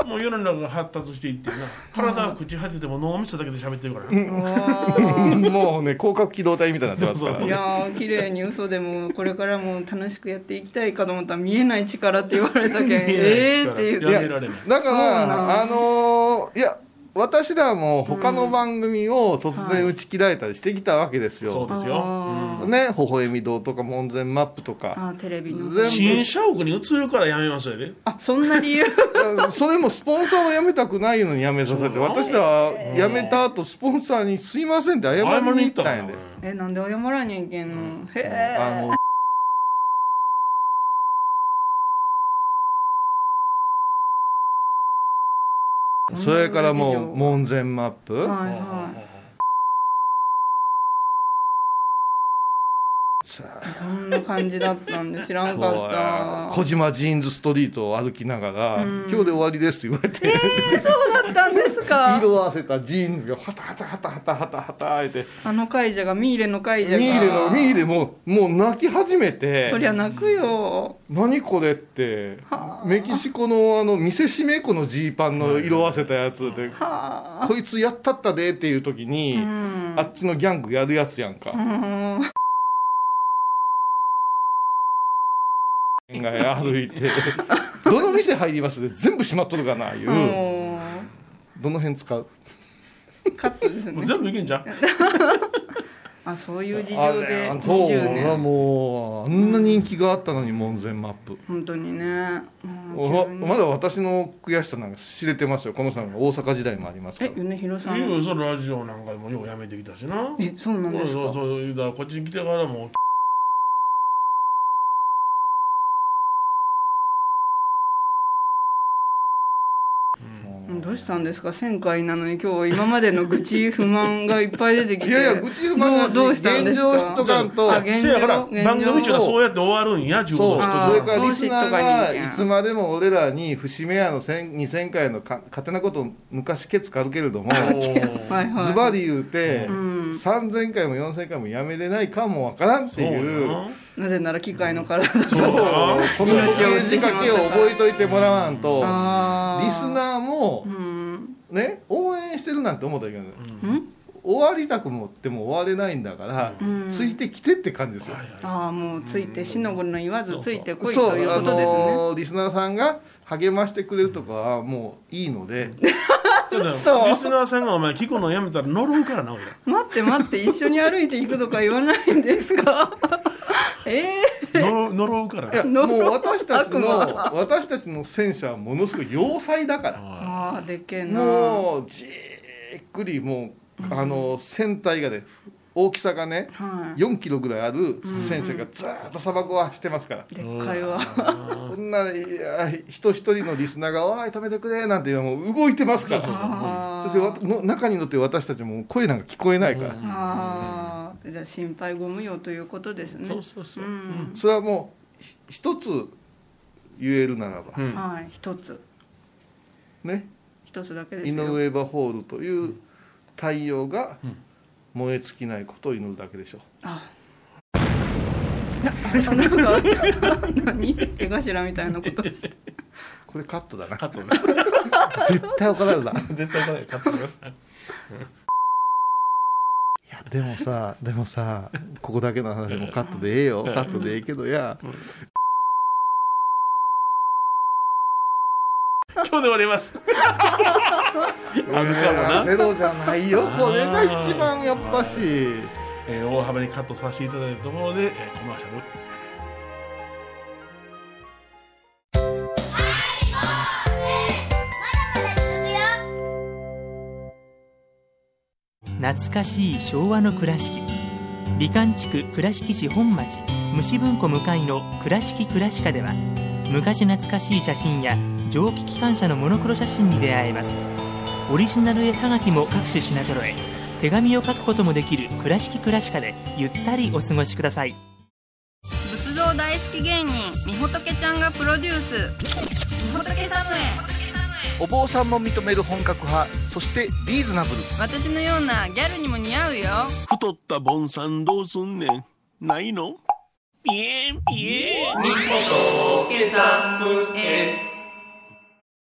D: もう世の中が発達していってな体が朽ち果てても脳みそだけで喋ってるからな、
B: おー
C: もうね広角機動隊みたいになってますから
D: そう
B: いやー綺麗に嘘でもこれからも楽しくやっていきたいかと思ったら見えない力って言われたけんええーっていう
D: 見えない力やめられない
C: だか
B: そう
C: ら
B: な
C: あのーいや私らも他の番組を突然打ち切られたりしてきたわけです
D: そう
C: よ、
D: ですよ、
B: あー
D: うん
C: ね微笑み堂とか門前マップとか
B: あーテレビの
C: 全部
D: 新社屋に移るからやめましたよね
B: あそんな理由
C: それもスポンサーを辞めたくないのに辞めさせて
D: そう
C: 私らは辞めた後スポンサーに「すいません」って謝りに行ったんやで
B: えなんで謝らにゃいけんのへ
C: あ
B: え
C: のそれからもう門前マップ、
B: はい
D: はい
B: は
C: さ
B: いそんな感じだったんで知らん
C: そう
B: か
C: や
B: った
C: 小島ジーンズストリートを歩きながら「
B: うん
C: 今日で終わりです」って言われて、
B: そうだったんですか
C: 色あせたジーンズがハタハタハタハタハタハタあえて
B: あの会社がミーレの会社が
C: ミーレのミーレももう泣き始めて
B: そりゃ泣くよ
C: 何これって
B: はあ
C: メキシコのあの見せしめこのジーパンの色あせたやつで
B: はあ
C: こいつやったったでっていう時に、
B: うん
C: あっちのギャングやるやつやんか、
B: うん
C: が歩いて どの店入りますで全部閉まっとるかないう、
B: も
C: どの辺使う
B: うカットです
D: も
B: ね
D: う全部いけんじゃ ん
B: あそういう事
C: あ
B: 情
C: れ
B: で
C: あ
B: 20
C: そう
B: 年
C: もうあんな人気があったのに門前マップ、
B: 本当にねうん
C: お
B: 急に
C: まだ私の悔しさなんか知れてますよこのさんが大阪時代もありますか
B: え
C: ら
B: 米広さ
D: いい
B: ん
D: よそのラジオなんかでもようやめてきたしな
B: えそうなん
D: そう
B: です
D: そう
B: か
D: そう言うたらこっちに来てからもう
B: うんどうしたんですか1000回なのに今日今までの愚痴不満がいっぱい出てきて
C: いやいや愚痴不満なし
B: どうどうしたんで
C: 現
B: す
C: 状
B: か
C: を知っとかんと
B: あ現
D: せやから
B: 現状
D: 番組中がそうやって終わるんや自分
C: そう
D: の
B: あー
C: それから
D: 一
C: リスナーが
B: どうしっとかに
C: いつまでも俺らに節目やの1000 2000回のか勝手なこと昔ケツかるけれども
D: つの
B: はいはい
C: ズバリ言うて、
B: ん
C: 3000回も4000回もやめれないかもわからんっていう
D: そうやな
B: なぜなら機械の体
D: そうやな
C: この時計仕掛けを覚えといてもらわんと
B: あー
C: リスナーも
B: うん
C: ね応援してるなんて思ったらいけない、
B: うん
C: 終わりたくもっても終われないんだから、
B: うん
C: ついてきてって感じですよ、
D: はいはい
B: ああもうついてしのごの言わずついてこい
C: そう
B: という
C: あ
B: ことですね
C: のーリスナーさんが励ましてくれるとかはもういい ので、
D: ただ
B: そう
D: リスナーさんがお前聞くのやめたら乗るからな俺
B: 待って待って一緒に歩いていくとか言わないんです かええ
D: 乗る乗るから
C: いや
D: な
C: も
B: 呪
C: う
B: う
C: 私たちの
B: 悪魔
C: 私たちの戦車はものすごい要塞だから
D: は
B: ああでっけえな
C: もうじーっくりもうあの船体がね大きさがね
B: はい
C: 4キロぐらいある戦車がずーっと砂漠を走ってますから、
B: でっかいわ
C: こんないや人一人のリスナーが「おい止めてくれ」なんてもう動いてますから
B: あ
C: そしてわ
B: ー
C: の中に乗ってる私たちも声なんか聞こえないから、
B: あーじゃあ心配ご無用ということです
D: い
B: ね
D: そうそうそう
B: う
D: うん
B: ん
C: それはもうひ一つ言えるならば、
D: うん
B: はい一つ
C: ね
B: 一つだけで
C: 井
B: すよ
C: 上バホールという太陽が燃え尽きないことを祈るだけでしょう
B: ああなんか何手頭みたいなことして
C: これカットだな
D: カットね
C: 絶対怒られるな
D: 絶対来ないカットね
C: いやでもさでもさここだけの話もカットでええよカットでええけどや
D: 今日で終わりますあのかもな
C: ゼロじゃないよこれが一番やっぱし
D: えー大幅にカットさせていただいたところで、えーコマーシャル
A: 懐かしい昭和の倉敷美観地区倉敷市本町虫文庫向かいの「倉敷倉歯科」では昔懐かしい写真や蒸気機関車のモノクロ写真に出会えますオリジナル絵はがきも各種品揃え手紙を書くこともできる「倉敷倉敷科」でゆったりお過ごしください
B: 仏像大好き芸人みほとけちゃんがプロデュースみほとけサムエ
F: お坊さんも認める本格派そしてリーズナブル
B: 私のようなギャルにも似合うよ
D: 太ったボンさんどうすんねんないのピエンピエン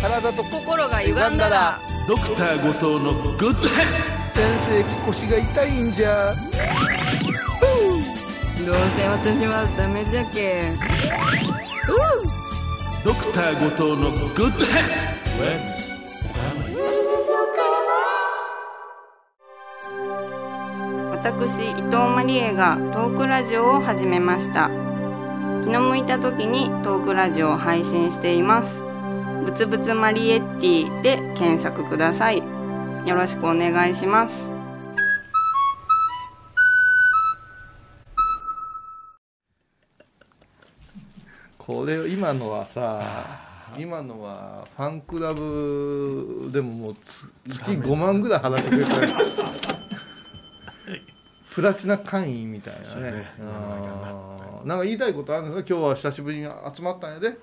F: 体と
B: 心が歪んだら
D: ドクター後藤のグッドヘッド
F: 先生腰が痛いんじゃ
B: どうせ私はダメじゃけ
D: ドクター後藤のグッドヘッド
B: 私伊藤マリエがトークラジオを始めました気の向いた時にトークラジオを配信していますぶつぶつマリエッティで検索くださいよろしくお願いします
C: これ今のはさ今のはファンクラブでももうつ月5万ぐらい払ってくれたらプラチナ会員みたいな
D: そう
C: ね
D: やね
C: うんなんか言いたいことあるんですか今日は久しぶりに集まったんやで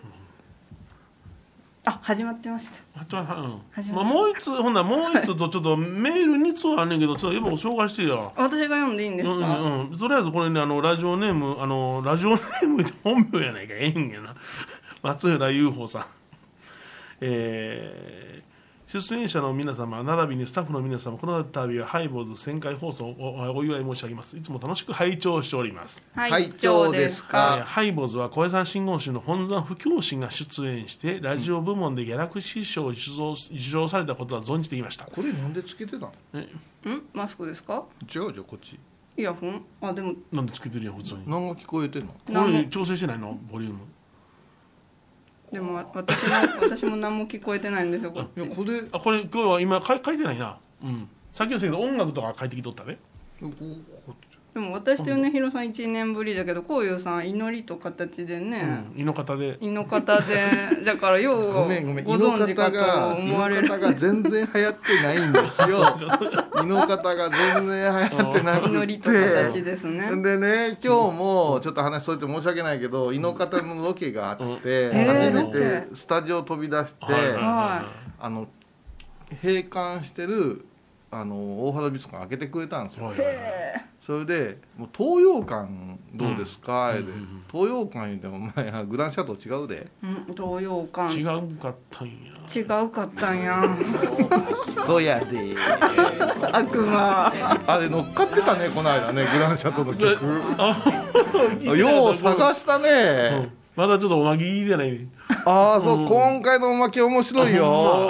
B: あ始まってました
D: あとはうん
B: 始
D: ま
B: ま
D: あ、
B: る
D: もう一つほんならもう一つとちょっとメール2通あんねんけどちょっとやっぱ紹介してよ
B: 私が読んでいいんです
D: うん
B: か、
D: うんうん、とりあえずこれねあのラジオネームあのラジオネームって本名やないかええんやな 松浦雄峰さん えー出演者の皆様並びにスタッフの皆様この度はハイボーズ旋回放送をおお祝い申し上げますいつも楽しく拝聴しております
B: はい
C: はいどうですか
D: えーハイボーズは小江山真言宗の本山布教師が出演してラジオ部門でギャラクシー賞を受賞受賞されたことは存じていました
C: これなんでつけてたの
B: んマスクですか
C: 違うじゃんこっち
B: イヤホンあでも
D: なんでつけてるやん普通に
C: 何が聞こえてんの
D: こ
B: 何
D: れ
B: も
D: 調整してないのボリューム
B: でもわ私 も私も何も聞こえてないんですよこっ
C: いや
B: ち
C: これこ
D: あこれ今日は今か書いてないなうんさっきのせいで音楽とか書いてきとったね
C: ここ
B: でも私と米広さん1年ぶりだけどこういうさん祈りと形で
D: う
B: ね、
D: ん胃の方で
B: 胃の方でだからよう
C: ごめんごめん
B: ご
C: 胃の
B: 存知か
C: 方が
B: と
C: 胃
B: 思
C: の
B: われる
C: 方が全然流行ってないんですよ胃の方が全然流行ってなくて
B: 祈りと形ですね
C: でね今日もちょっと話それて申し訳ないけど、井の方のロケがあって、
B: ん
C: 初
B: えーロ
C: め
B: ケ
C: てスタジオ飛び出して、
D: はいはいは
B: は
C: あの閉館してるあの大原美術館開けてくれたんです
D: い
C: よ、
D: はいはい
C: それで「もう東洋館どうですか
D: うん
C: で
D: うんうんうん
C: 東洋館言うてもお前グランシャトー違うで
B: うん東洋館違
D: 違うかったんや
B: うかったん や
C: そうやで
B: 悪魔
C: あれ乗っかってたねこの間ねグランシャトーの 曲
D: あ
C: よう探した
D: う
C: ね
D: んまだちょっとおまけ言いてないね
C: ああそう、
D: うん
C: 今回のおまけ面白いよお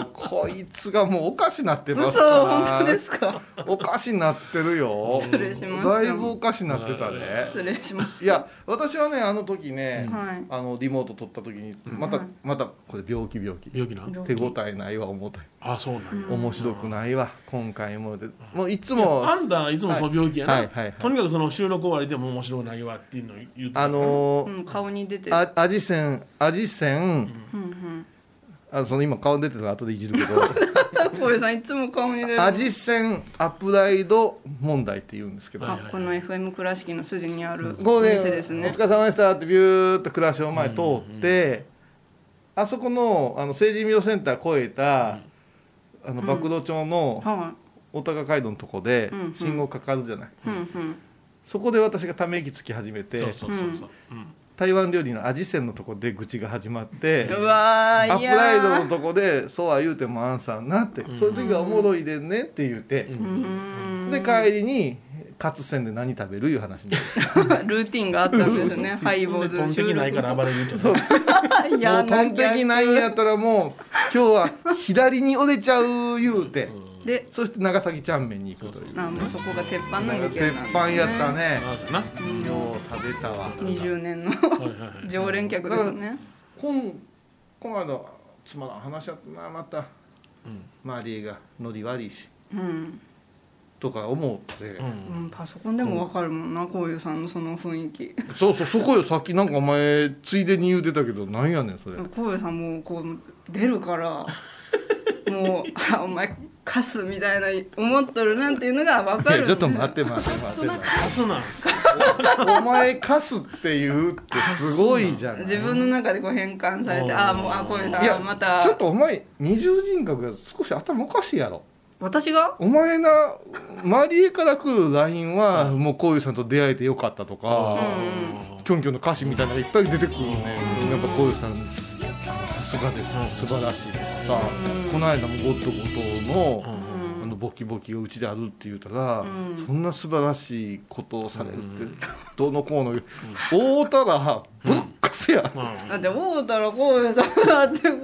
C: ーこいつがもうおかしなってますか
B: 嘘
C: ら
B: 本当ですか
C: おかしなってるよ
B: 失礼しました
C: だいぶおかしなってたね
B: 失礼します
C: いや私はねあの時ね、
B: はい
C: あのリモート取った時にまた、
B: はい
C: またこれ病気病気
D: 病気な
B: 病
C: 手応えないわ重たい
D: あそうなんや
C: 面白くないわ今回もでもういつも
D: あんたはいつもその病気やな、
C: はいはいはい
D: とにかくその収録終わりでも面白くないわっていうのを言うて
C: あの
B: う
C: ー
B: ん顔に出てる
C: あ味せん味せん
B: うん
C: あその今顔出てるの後でいじるけど
B: うん小江さんいつも顔に出る
C: アジセンアプライド問題って言うんですけど、
D: はい
B: あこの FM 倉敷の筋にある
C: こ
B: お
C: うね
B: 店ですね
C: お疲れ様でしたってビューっと暮らしを前通って、あそこのあの成人医療センター越えた、あの曝露町の
B: は
C: 大高街道のとこで
B: うんうん
C: 信号かかるじゃない、
B: いうんうん
C: そこで私がため息つき始めて
D: そうそうそうそう、うん
C: 台湾料理のアジセンのとこで愚痴が始まって
B: うわ
C: ア
B: ー
C: ッ
B: い
C: プ
B: や
C: ライド
B: ー
C: のとこでそうは言うてもあんさんなって、そういう時はおもろいでねって言って、
B: うん
C: で帰りに勝戦で何食べるいう話になって
B: ルーティンがあったんですねハイボー
D: でト
B: ズ
D: ンテキないから暴れるんちゃった
B: い
C: も
B: や
C: うトンテキないんやったらもう今日は左に折れちゃう言うて、
B: で
C: そして長崎ちゃんめんに行くというね
B: あもうそこが鉄板の
C: なんか
B: 旅行な
C: 鉄
B: んです、ね、
C: 板やったね
D: あそうやな
C: よう食べたわ
B: 20年の
D: はいはいはい
B: 常連客ですね
C: 今この間つまらん話やったなまた、
D: うん
C: マリーがノリ悪いし
B: うん、
C: とか思うて、
D: うん
B: うん、パソコンでもわかるもんなこういうさんのその雰囲気
C: そうそうそこよさっきなんかお前ついでに言うてたけどなんやねんそれ
B: こういうさんもうこう出るからもうあお前カスみたいな思っとるなんていうのがわか
C: い
B: る、
C: や
B: ね、
C: ちょっと待って待って待って待
D: あそうなん
C: ってお前カスって言うってすごいじ ゃん
B: 自分の中でこう変換されて
D: おー
B: ああもうあこういうさ
C: いや
B: んまた
C: ちょっとお前二重人格が少し頭おかしいやろ
B: 私が
C: お前なマリエから来る LINE はもうこういうさんと出会えてよかったと
B: う
C: か、
B: ん
C: キョンキョンの歌詞みたいなのがいっぱい出てくるね、やっぱこういうさんさすがです素晴らしいとかさ、この間もゴッド後藤の、
B: うん
C: あのボキボキがうちであるって言うたら、
B: うん
C: そんな素晴らしいことをされるって、どうのこうの言う会うたらぶっかすや、
D: うん
B: だって会うたらこういうさんだってこ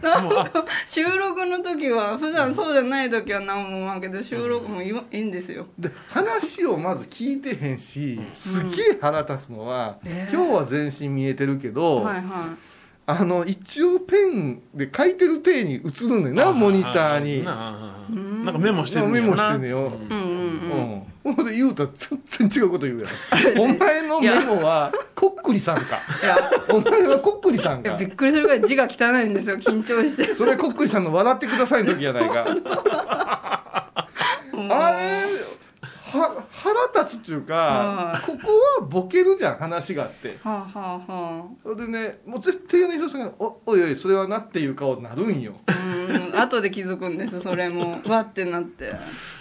B: うなんか収録の時は普段そうじゃない時は何も思わんけど収録もいわいいんですよ
C: で話をまず聞いてへんしすっげえ腹立つのは、今日は全身見えてるけど、
B: はいは
C: あの一応ペンで書いてる体に映るねんなモニターに
D: なあなんかメモしてる
C: メ
D: やな
C: モしてんねよ、
B: いうんうんうん
C: うんほんで言うたら全然違うこと言うやんお前のメモはこっくりさんか
B: いや
C: お前はこっくりさん
B: いや
C: か
B: びっくりするぐらい字が汚いん ですよ緊張して
C: それはこっくりさんの「笑ってください」の時やないか
B: もう
C: あれは腹立つっていうかここはボケるじゃん話があって
B: はあはあは
C: それでねもう絶対米広さんが「おおいおいそれはな」っていう顔になるんよ
B: あうん後で気づくんですそれもわってなって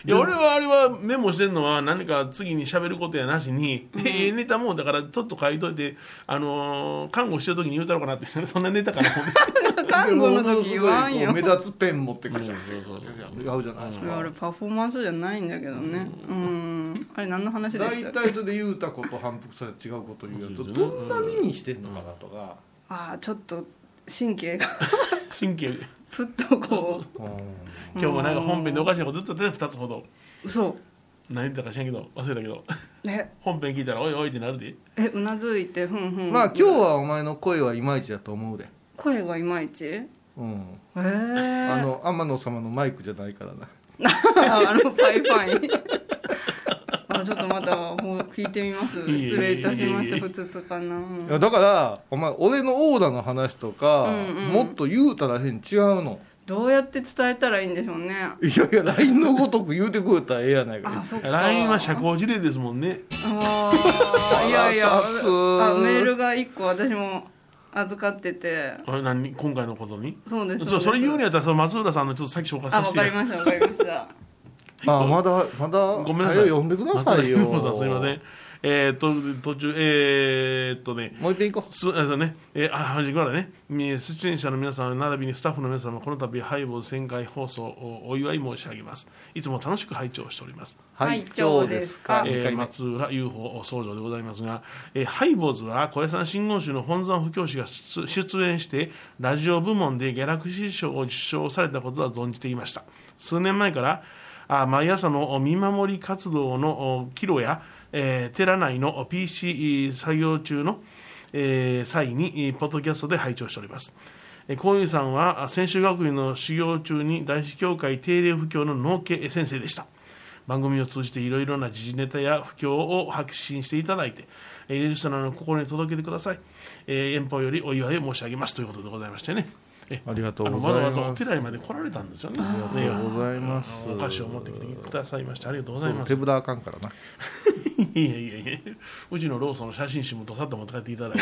D: いや俺はあれはメモしてるのは何か次に喋ることやなしに、でええネタもだからちょっと書いといて、あのー看護してる時に言うたろうかなって そんなネタかな思って
B: 看護の時言わん
C: でも
B: よ
C: ものすごいこう目立つペン持ってくるじゃん
D: そうそうそう
C: 合うじゃないです
B: いやあ
C: か
B: れパフォーマンスじゃないんだけどねうんあれ何の話でし
C: 大
B: たっけ
C: 体それで言うたこと反復されて違うこと言うやつどんな身にしてんのかなとか、
B: ああちょっと神経が
D: 神経
B: すっとこ
D: 今日もなんか本編でおかしなことずっと出て2つほど
B: う嘘
D: 何言ったか知らんけど忘れたけど
B: え
D: 本編聞いたらおいおいってなるで
B: えうなずいてふんふん
C: まあ今日はお前の声はいまいちだと思うで、
B: 声がいまいちえ
C: うん、
B: え
C: あ
B: ー、
C: の天野様のマイクじゃないからな
B: あのパイ パイあちょっとまたほう聞いてみます
D: いえいえ
B: 失礼いたしま
D: い
B: し
D: えいえ
B: たふつつかない
C: やだからお前俺のオーラの話とか、
B: うんうん
C: もっと言うたらへん違うの
B: どうやって伝えたらいいんでしょうね
C: いやいや LINE のごとく言うてくれたらええやないか
B: あそっか
D: LINE は社交辞令ですもんね
B: あーいやいや
C: 腹立つ
B: あメールが一個私も預かってて
D: あ何今回のことに
B: そうです
D: そうそれ言うん
B: ね
D: やったらその松浦さんのちょっとさっき紹介
B: あ
D: さ
B: わ
D: せて
B: かりましたわかりました
C: あまだまだ
D: ごめんなさい
C: 早呼んでくださいよ
D: 松浦さんすみませんえーっと途中えーっとね
C: もう一遍行こ
D: すあそうね、えー、あ、はじからね、えー出演者の皆さん、並びにスタッフの皆様、この度、ハイボール1000回放送をお祝い申し上げます。いつも楽しく拝聴しております。
C: うは
B: はいい
C: 今日です
B: あ
C: か
D: えー
C: 二回目
D: 松浦 UFO 総長でございますが、えーハイボーズは小屋さん真言宗の本山布教師が出出演してラジオ部門でギャラクシー賞を受賞されたことは存じていました数年前からあ毎朝のお見守り活動のお帰路や、えー寺内のお PC 作業中の、えー際にえーポッドキャストで拝聴しておりますえー幸雄さんはあ専修学院の修行中に大師教会定例布教の農家先生でした番組を通じていろいろな時事ネタや布教を発信していただいて、えー、リスナーの心に届けてください、えー遠方よりお祝いを申し上げますということでございましてねえ
C: ありがと
D: あ
C: う
D: の
C: ご
D: わざ
C: ざい
D: わ
C: ます
D: ざお寺へまで来られたんですよね
C: ありがとうございます
D: あのお菓子を持ってきてくださいましてありがとうござい
C: そう
D: ます
C: 手ぶらあかんからない
D: やいやいやうちのローソンの写真集もどさっと持って帰っていただいて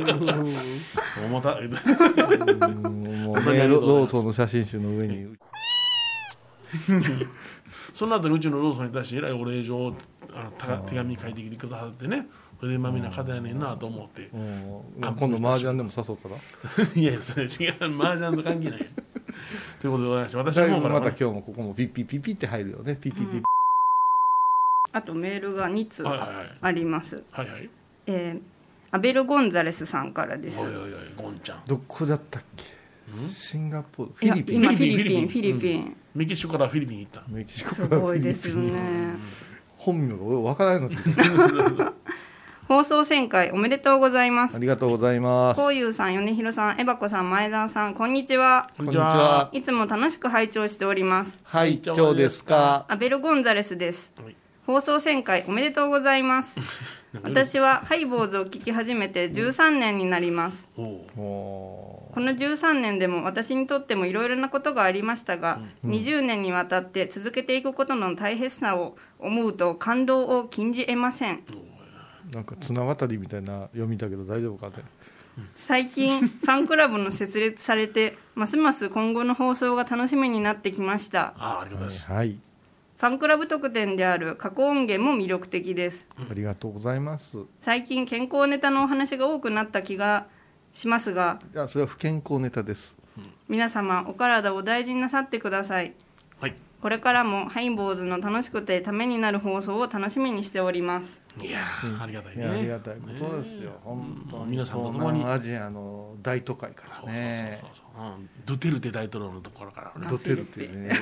C: もうねロロー
D: 重たい本当にありがとうございます
C: ソンの写真集の上に
D: その後にうちのローソンに対してえらいお礼状をあのた手紙書いてきてくださってね筆まみな方やねんなと思って、
C: うん今度麻雀でも誘ったら
D: いやいや、それ違う、麻雀と関係ないやん。ということでございまして、私
C: だ
D: の
C: い
D: 方
C: ぶ
D: から
C: ま
D: も
C: た
D: ね、
C: 今日もここもピッピッピッピッって入るよねピッピッピッピッ
B: あとメールが2通
D: はいはいはい
B: あります、
D: はいはい、
B: えーアベル・ゴンザレスさんからです
D: おいおいおい、ゴンちゃん。
C: どこだったっけシンガポールフ
B: いや
C: ィリピン
B: 今フィリピン
D: フ
B: フ
D: ィ
B: ィ
D: リピン
B: リピン、
D: メキシコからフィリピン行った
C: メキシコ
B: す
C: から
B: ごいですよね
C: 本名が俺わからないのって
B: 放送旋回おめでとうございま
C: あ
B: す
C: りがとうございます
B: こうゆうさん米広さんエバコさん前澤さんこんにちは
C: こ
D: こ
C: んにちはい
B: つも楽しく拝聴しております
C: はい長ですか
B: アベル・ゴンザレスです
D: はい
B: 放送旋回おめでとうございます私はハイボーズを聞き始めて13年になります
D: おおう
C: も
B: この13年でも私にとってもいろいろなことがありましたが、20年にわたって続けていくことの大変さを思うと感動を禁じ得ません
C: うなんか綱渡りみたいな読みだけど大丈夫かね
B: 最近ファンクラブの設立されてますます今後の放送が楽しみになってきました
D: ああありがとうございます
C: はい
B: ファンクラブ特典である過去音源も魅力的です
C: ありがとうございますい
B: 最近健康ネタのお話が多くなった気がしますが
C: やそれは不健康ネタです
B: 皆様お体を大事になさってください
D: はい
B: これからもハイボーズの楽しくてためになる放送を楽しみにしております
D: いやーありがたい
C: いやありが
D: ね
C: たいことですよ本当に
D: 皆さんと
C: 東
D: 共に
C: 南アジアの大都会か
D: そう
C: ら
D: そうそう
C: ね
D: そうそううんドゥテルテ大統領のところからね
C: ドテルっていうね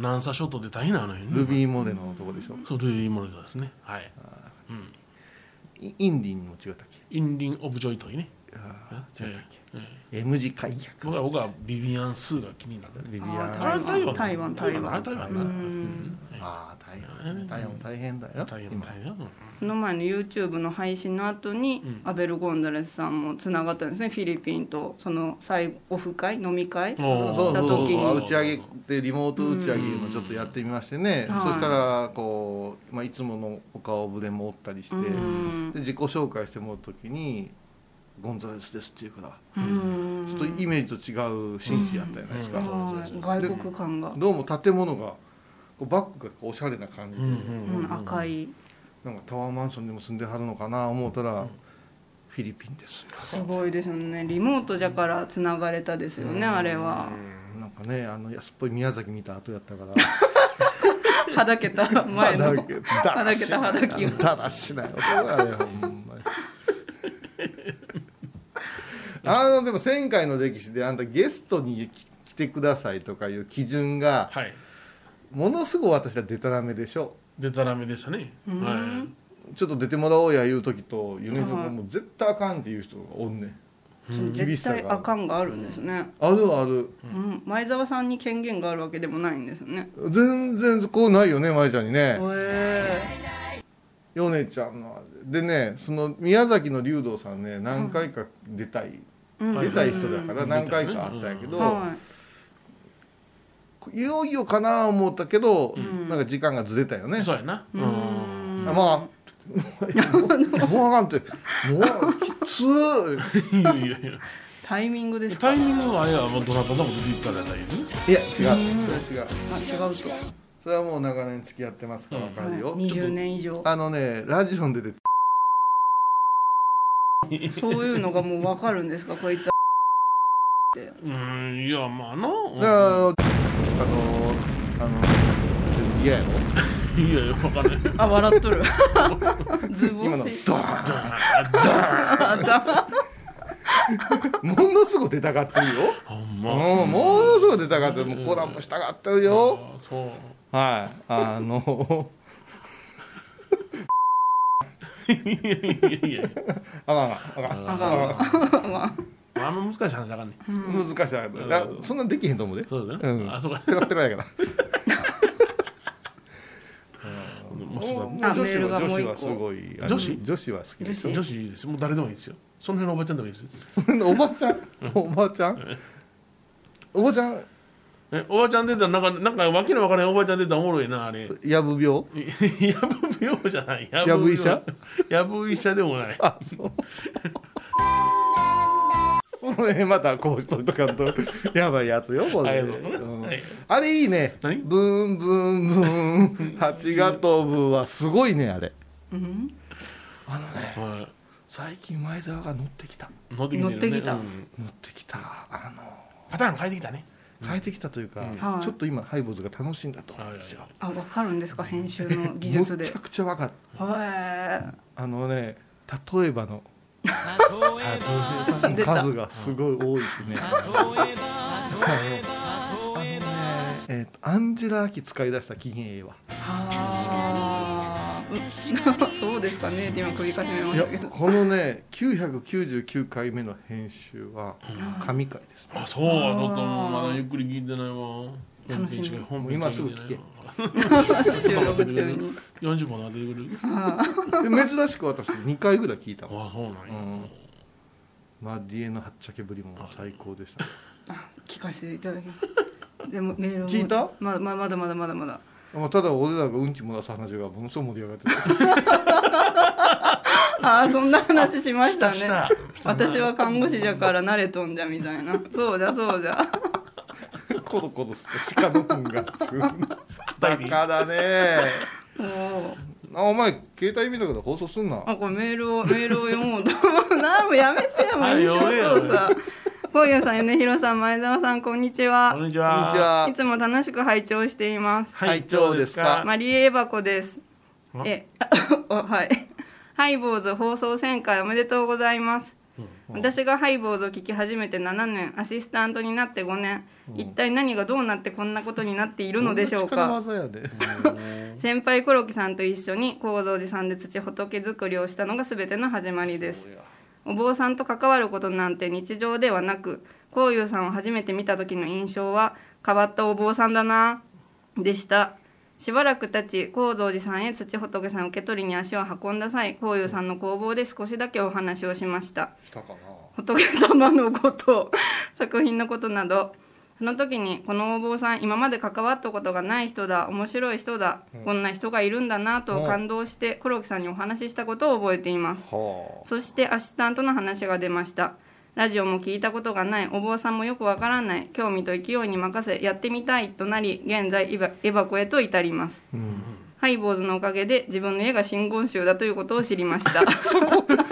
D: 南沙諸島で大変なのよね
C: ルビーモデルのとこでしょ
D: そうルビーモルトですねはい
C: イインディにも違ったっけ
D: インリン・オブ・ジョイトイね
C: あー違ったっ
D: え
C: け M 字開脚
D: 僕は僕はビビアン・スーが気になる
C: ビビア
B: あー
C: ン
D: あれ台湾
B: 台湾台湾
D: あれ台湾
B: う
D: だ
B: ん
C: ああ大変ね大変大変だよ
D: 大変
C: 今
D: 大変
B: この前の YouTube の配信の後に、アベル・ゴンザレスさんもつながったんですねフィリピンとその最後オフ会飲み会
D: おー
C: そうそうそう
B: した時に
C: 打ち上げでリモート打ち上げもちょっとやってみましてね、
B: うん
C: そしたらこう、まあ、いつものお顔ぶれもおったりして、
B: うん
C: で自己紹介してもらう時に「ゴンザレスです」っていうから、
B: うん
C: ちょっとイメージと違う紳士やったじゃないですか、
B: はい外国感が、
C: どうも建物がこうバックがおしゃれな感じで、
B: うん、赤い
C: なんかタワーマンションでも住んではるのかな思うたら、フィリピンです
B: すごいですよねリモートじゃからつながれたですよねあれは
C: なんかねあの安っぽい宮崎見た後やったから
B: はだけた 前
C: だ
B: の
C: らけだらしない
B: はだけたはだけを
C: だらしない男やねほんまに あのでも前回の歴史であんたゲストに来来てくださいとかいう基準が
D: はい
C: ものすごい私はでたらめでしょ
D: でたらめでしたねは
C: ちょっと出てもらおうやいう時と夢と
B: は
C: か
B: い
C: もう絶対あかんっていう人がおんねん厳し
B: 絶
C: さ
B: 対
C: が
B: あかんがあるんですね、
C: あるある
B: うん、前澤さんに権限があるわけでもないんですね
C: 全然こうないよね舞ちゃんにね
B: へ
C: ヨネちゃんのでねその宮崎の竜道さんね何回か出たい、
B: うん
C: 出たい人だから何回かあったんやけ
B: え
C: ど、
B: はい
C: よいよかな思ったけど、
B: ん
C: なんか時間がずれたよね
D: い、そうやな
B: いう
D: うん
B: ん
C: あ まあもうもうあかんってもうきつー
D: いやいやいや
B: タイミングですか
D: タイミングはあれはもうどなたでも出ていったらないよね
C: いや違うそれは違う
B: あ違うと
C: それはもう長年付き合ってますから
D: うん
C: 分かる
B: は
C: よ、
B: い20年以上
C: あのねラジオに出て
B: そういうのがもう分かるんですかこいつは
D: うんいやまあなうん
C: だからあのあの嫌やろ
D: いやいやわかんない
B: あ笑っ とるズボ
C: 今
B: ン
C: の
B: し
C: ドー
B: あだ
C: ンものすごい出たがってるよ、
D: ほん
C: う
D: ま
C: ん、ものすごい出たがってるもうコラボしたがってるよ、
D: あそう
C: はいあの
D: いやいやい
C: あらあらあら
D: やあんま難しい話だかんね
C: 難しいなあそんなんできへんと思うで
D: そうです
C: う
D: ね
C: ん
D: あそうか
C: ペラペラやから
D: もうちょ
C: 女
D: っと
C: 子は
B: メールが
C: 女
B: もう
C: 子
B: 一
C: は
B: 個
C: すごいあの
D: 女子
C: 女子は好きで
D: 女子いいですよもう誰でもいいですよその辺のおばちゃんでもいいですよ
C: おばちゃんおばちゃんおばちゃん
D: えおばちゃん出たらなんかなんかわけのわからないおばちゃん出たらおもろいなあれ
C: やぶ病
D: やぶ病じゃないや
C: やぶ医者
D: やぶ医者でもない
C: あそう その辺またこうしといとかんとやばいやつよこ
D: あ
C: れ、
D: りがとうございます
C: うん
D: はい
C: あれいいねブ
D: 何
C: ーンブーンブー ン蜂が飛ぶはすごいねあれ
B: うん
D: は
C: 最近前澤が乗ってきた
D: い乗ってきてる
B: 乗って
D: ね
B: きた
D: うん
C: 乗ってきたあの
D: パターン変えてきたね
C: 変えてきたというか、
B: はい
C: ちょっと今ハイボーズが楽しいんだと思うんですよ、
B: あ分かるんですか編集の技術で
C: むちゃくちゃ分かる
B: へえ
C: あのね例えばの
B: 出た
C: 数がすごい多いしね。あのねえーとアンジェラ・アキ使い出した機嫌ええわ
B: あーうん そうですかねって今首かしめま
C: い
B: し
C: や
B: たけど
C: このね999回目の編集は神回です、
D: あそうはちょっとまだゆっくり聞いてないわ
B: 楽しみ
D: 本
C: もう今すぐ聞け
B: 収録中に
D: 40本なってくる
C: で珍しく私2回ぐらい聞いたもん
D: あそうなんや、
C: うんマディエのはっちゃけぶりも最高でしたね
B: 聞かせていただきますでもメールを
C: 聞いた
B: まままだまだまだまだ
C: まあただ俺らがうんち漏らす話がものすごい盛り上がってた
B: ああそんな話しましたね
D: した
B: 私は看護師じゃから慣れとんじゃみたいなそうじゃそうじゃ
C: コロコロした鹿の糞がつく
D: 硬
C: バ
D: いね
C: カだね
B: もう
C: あお前携帯見たから放送すんな
B: あこれメールをメールを読もうと なんもやめてよも
D: は
B: う
D: い
B: 印象操
D: 読めよ
B: 作こういうさん米広さん前澤さんこんにち
D: こん
B: は
D: にち
C: こんにち
D: は
C: はい
B: つも楽しく拝聴しています
C: はいどうですか
B: マリエバコです
D: あ
B: え あおはいハイボーズ放送1000回おめでとうございます私がハイボーズを聞き始めて7年アシスタントになって5年一体何がどうなってこんなことになっているのでしょうか
C: どんな力技やで
B: 先輩黒木さんと一緒に高蔵寺さんで土仏作りをしたのが全ての始まりですお坊さんと関わることなんて日常ではなく幸雄さんを初めて見た時の印象は変わったお坊さんだなでしたしばらく経ち高蔵寺さんへ土仏さんを受け取りに足を運んだ際幸雄さんの工房で少しだけお話をしました
C: したかな
B: 仏様のこと作品のことなどその時にこのお坊さん今まで関わったことがない人だ面白い人だ、こんな人がいるんだなと
C: うん
B: 感動して黒木さんにお話ししたことを覚えています
C: は
B: そしてアシスタントの話が出ましたラジオも聞いたことがないお坊さんもよくわからない興味と勢いに任せやってみたいとなり現在エバエバコへと至ります、ハイボーズのおかげで自分の家が真言宗だということを知りました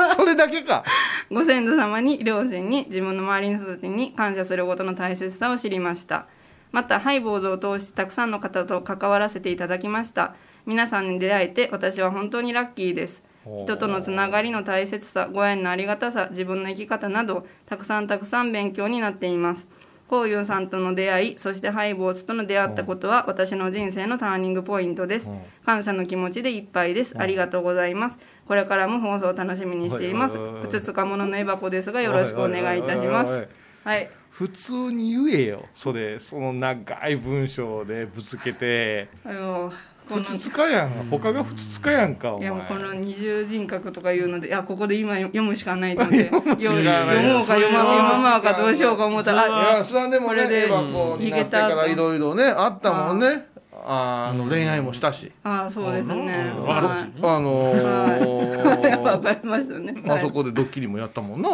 C: あそれだけか
B: ご先祖様に両親に自分の周りの人たちに感謝することの大切さを知りましたまたハイボーズを通してたくさんの方と関わらせていただきました皆さんに出会えて私は本当にラッキーです人とのつながりの大切さご縁のありがたさ自分の生き方などたくさんたくさん勉強になっていますこうゆうさんとの出会いそしてハイボーズとの出会ったことは私の人生のターニングポイントです感謝の気持ちでいっぱいですありがとうございますこれからも放送を楽しみにしています
C: はいはいはいは
B: ふつ
C: い
B: つかもののエバコですがよろしくお願いいたしま
C: おいおいおいお
B: す
C: いおい
B: はい
C: 普通に言えよそれその長い文章でぶつけて
B: あのこ
C: ふ
B: の
C: つつかやん他がふつつかやんかお
B: い
C: 前
B: やもうこの二重人格とかいうのでいやここで今読むしか ないと思って読む
C: しかない
B: 読もうか読ま
C: それは
B: 読ままうかどうしようか思った
D: それ
C: い
B: らあ
D: は
C: やそれはでも
B: こ
C: ね
B: れで
C: エヴァ子になってからいろいろねあったもんねあの恋愛もしたし、
B: あそうですね
D: うんわかる
B: は
D: し
B: い
C: あの
B: はいやっぱ分
C: ー
B: かりま したね
C: あそ
B: はい
C: こでドッキリもやったもんな、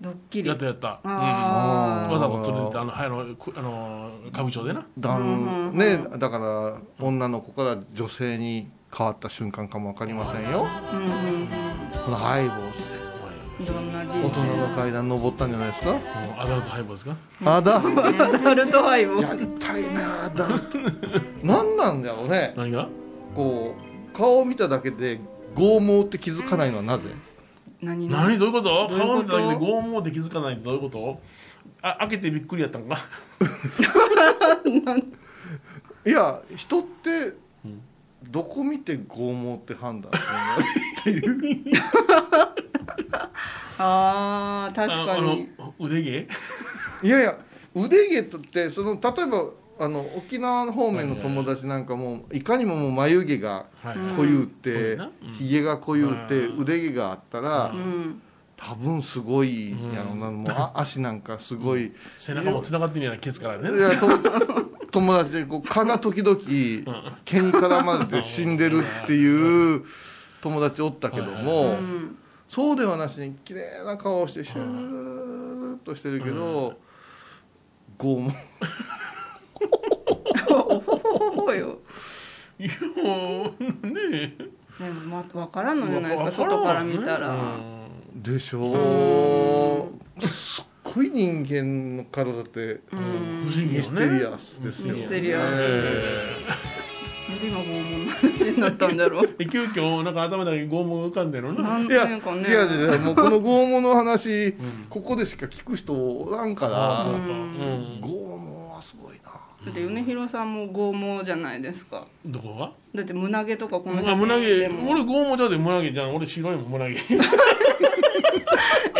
B: ドッキリ
D: やったやった
B: あ
D: わざわざ連れてってあの、はい、あのこあの歌舞伎町でな
C: だんね、だから女の子から女性に変わった瞬間かも分かりませんよ
B: あうんうん
C: このハイボーズ
B: いろんな人
C: で大人
B: 生
C: の階段登ったんじゃないですか
D: もうアダルトハイボーですか
C: あだ
B: アダルトハイボ
C: やりたいなだ何なんだろうね
D: 何が
C: こう顔を見ただけで剛毛って気づかないのはなぜ
B: 何々
D: 何どういうこと
B: どういうこと
D: 顔見ただけで拷問で気づかないってどういうことあ開けてびっくりやったんか
C: いや人ってどこ見て剛毛って判断するのっていう
B: ああ確かに
D: ああの腕毛
C: いやいや腕毛ってその例えばあの沖縄の方面の友達なんかもいかにももう眉毛が
D: はい
C: 濃ゆうて
D: うん濃いなうん
C: ひげが濃ゆうて
D: うん
C: 腕毛があったら
B: うん
C: 多分すごいやろうなもうあ足なんかすごい。
D: 背中もつながってんねやなケツからね
C: いやと友達でこう蚊が時々毛に絡まれて死んでるっていう友達おったけども
B: うん
C: そうではなしに綺麗な顔をしてシューッとしてるけど拷問
B: おほほほほよ
D: いやもうねえ
B: でも、ま、分からんのじゃないですか外から見たら、
C: でしょうすっごい人間の体って
D: 不思議よね
C: ミステリアスですよ
B: ミステリアス
C: え
B: なんで今拷問の話になったんだろう
D: え急遽なんか頭だけ拷問浮かんでるな
B: なん
C: いや、
B: なんかね
C: 違う違う違う、もうこの拷問の話、
D: ん
C: ここでしか聞く人おらんか
D: あ
C: ら、
D: ーそう
C: 拷
D: かうん
C: 問はすごいな。
B: だって米広さんも剛毛じゃないですか
D: どこが
B: だって胸毛とかこの
D: あ胸毛
B: でも
D: 俺拷問じゃで胸毛じゃん俺白いもん胸毛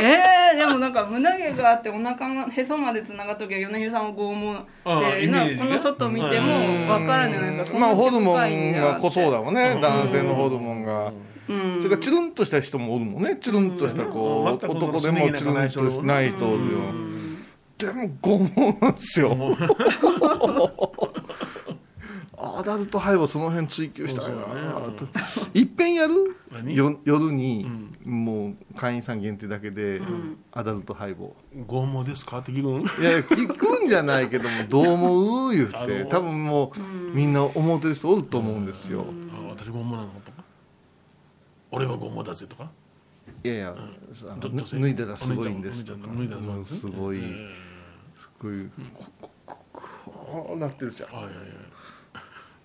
B: えー、でもなんか胸毛があってお腹のへそまでつながっときゃ米広さんも剛
D: あー
B: 毛で
D: イメ
B: な
D: ージね
B: このショット見ても分からんじゃないですか
C: まあ、
B: そんな
C: ホルモ
B: 深いん
C: ン
B: だ
C: が濃そうだもんね
D: ん、
C: 男性のホルモンが。
B: うん
C: それから、チュルンとした人もおるもんね、チュルンとした、こう、
D: うん全く
C: 男でもチュルンとしない人おるよ。でも、拷問なんですよ。 アダルトハイをその辺追求したいな
D: そう
C: いっぺんやる
D: 何
C: よ夜に、もう会員さん限定だけで、アダルトハイボ
D: 拷問ですかって聞くん
C: ーいや聞くんじゃないけどもどう思う言っ
D: あ
C: て
D: の
C: 多分もう、みんな思ってる人おると思うんですよ、
D: あ私拷問なのとか俺は拷問だぜとか
C: いやいや、あの
D: ど女性
C: 脱いだらすごいんですとか
D: 脱いだらすごいんですね
C: すごい、
D: え
C: こういうここここうなってるじゃん
D: ーはいはいはい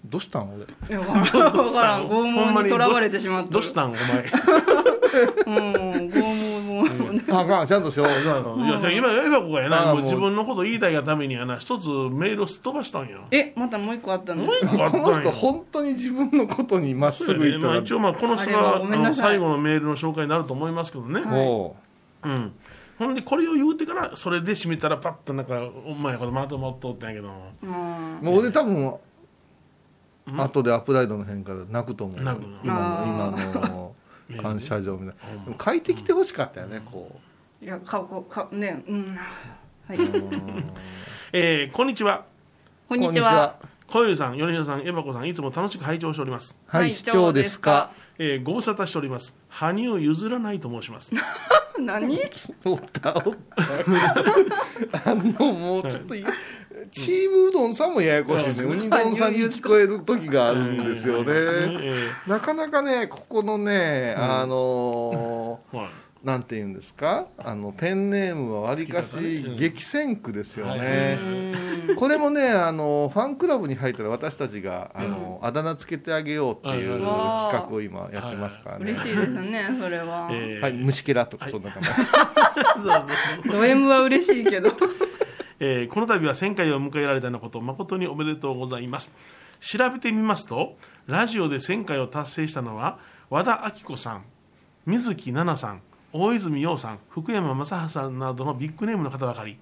C: どうしたん俺
B: いや分からん
D: どう
B: 分
D: し
B: から
D: た
B: ん
D: の
B: 拷問にとらわれてしまった
D: どうしたんお前
B: うん拷問も
C: ああかんちゃんとしよ う
D: いや今エバコがや
C: あ
D: な
C: あ
D: もう
C: もう
D: 自分のこと言いたいがためにやな一つメールをすっ飛ばしたんや
B: えまたもう一個あったんです
D: もう一個あった
C: こ
D: んや
C: の人本当に自分のことにまっすぐいった
D: まあ
C: ら、
D: 一応まあこの人
B: あれ
D: が
B: はごめんなさい
D: あの最後のメールの紹介になると思いますけどね、
C: も
D: うん、ほんでこれを言うてからそれで締めたらパッとなんかお前やことまとまっとったんやけど
B: うん
C: うもう俺多分、後でアップライドの辺から泣くと思う
D: 泣く
C: 今の今の
D: ー
C: 感謝状みたいなでも書いてきてほしかったよねこ
B: いや顔こかねうんはい
D: えーこんにちは
B: こ
C: うん
B: にちは
D: 小遊さん米広さんエバ子さんいつも楽しく拝聴しております、
C: はい、
B: はい
C: 市長ですか
D: えーご無沙汰しております羽生譲らないと申します
B: 何
C: おったお ったあのもうちょっといチームうどんさんもややこしいねうにどんさんに聞こえる時があるんですよね
D: え
C: なかなかねここのねあの
D: ーはい
C: なんて言うんですかあのペンネームはわりか
D: 月とかね
C: し
D: うん
C: 激戦区ですよ
D: はい
C: ね、これもねあのファンクラブに入ったら私たちがあの、あだ名つけてあげようっていう
D: は
C: 企
D: いはい
B: はい
C: 画を今やってますからね、
B: 嬉しいですねそれは、
D: えー
C: はい、虫けらとかそんな名前、
D: そうそう
B: ド M は嬉しいけど
D: えーこの度は1000回を迎えられたのこと誠におめでとうございます調べてみますとラジオで1000回を達成したのは和田アキ子さん水木奈々さん大泉洋さん福山雅治さんなどのビッグネームの方ばかり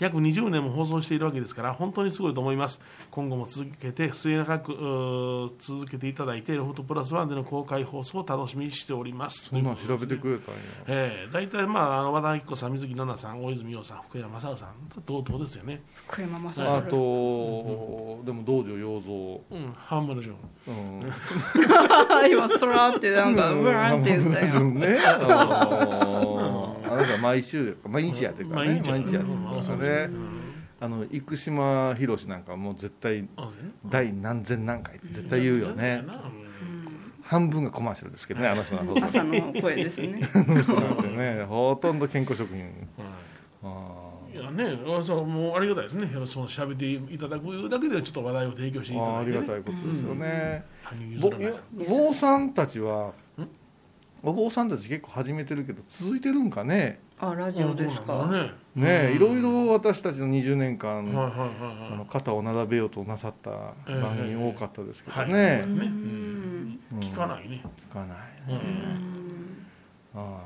D: 約20年も放送しているわけですから本当にすごいと思います今後も続けて末永くうー続けていただいてロフトプラスワンでの公開放送を楽しみにしております
C: そんなん調べてくれたんや
D: ええ大体、まあ、あの和田アキ子さん、水木奈々さん、大泉洋さん、福山雅治さん、同等ですよね、
B: 福山雅治
C: あと、でも道場洋蔵、
D: うん、半分の順、
C: うん、
B: 今そらってなんかブラーンって言った
C: 半
B: よ
C: 分の順ね、あのーあなた毎週毎日やってるからね、
D: 毎日や
C: 毎
D: って
C: 日
D: る
C: やってるからね、あの生島博士なんかもう絶対
D: あそうね
C: 第何千何回って絶対言うよね、
D: なうん
C: 半分がコマーシャルですけどね、あの人なんか
B: 朝の声です ね
C: そうなんだ よね、ほとんど健康食品。あ
D: いやね、あそうもうありがたいですね、やっぱその喋っていただくだけで、ちょっと話題を提供していた
C: ー
D: だ
C: あ
D: いて、
C: り
D: ね、
C: がたいことですよね、
D: 羽生
C: ぼ
D: 結弦さん、
C: お坊さんたちはお坊さんたち結構始めてるけど続いてるんかね
B: あラジオです
D: あそ
B: か
D: うなんだね、
C: ねえいろいろ私たちの20年間、
D: はいはい
C: あ
D: はいは
C: の肩を並べようとなさった番組多かったですけどね
D: い、、はいねうん聞かないね、
C: 聞かないね、
D: うん、
C: あ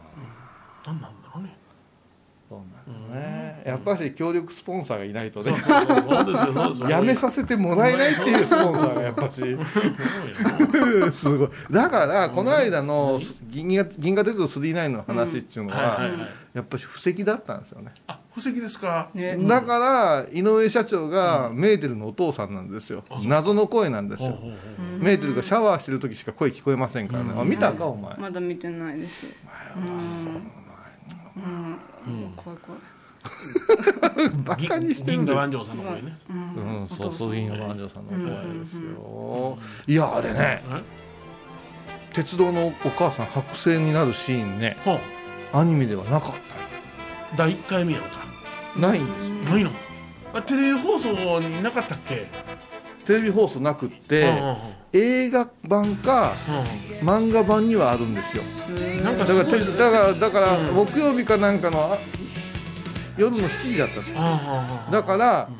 D: 何なんだろうね、
C: あそうなんだね、やっぱり協力スポンサーがいないとね
D: そうそうそうそうですよ、そうですよ、
C: やめさせてもらえないっていうスポンサーがやっぱし すごいだからこの間の銀河「銀河鉄道999」の話っていうのは、
D: はいはいはい、
C: やっぱり布石だったんですよね
D: あ布石ですか、
B: ね
C: だから井上社長がメーテルのお父さんなんですよ、謎の声なんです
D: ほう
C: よ
D: ほうほう
C: メーテルがシャワーしてる時しか声聞こえませんからね、あ見たかお前、
B: まだ見てないですうんうん怖い怖い
C: バカにしてる
D: 銀
C: で
D: 河万丈さんの声ね、
C: うんそうそう銀河万丈さんの声ですよ、いやあれね
D: え
C: 鉄道のお母さん白星になるシーンね
D: ほう
C: アニメではなかった
D: 第1回目やんか
C: ないんですよ
D: ないのあテレビ放送になかったっけ
C: テレビ放送なくって、
D: うんうんうん
C: 映画版か漫画版にはあるんですよ
D: うん、なん
C: だか
D: かす
C: ら
D: ご
C: て
D: い
C: だからだから
D: うん
C: 木曜日かなんかのあ夜の7時だったんですよ
D: あ
C: だから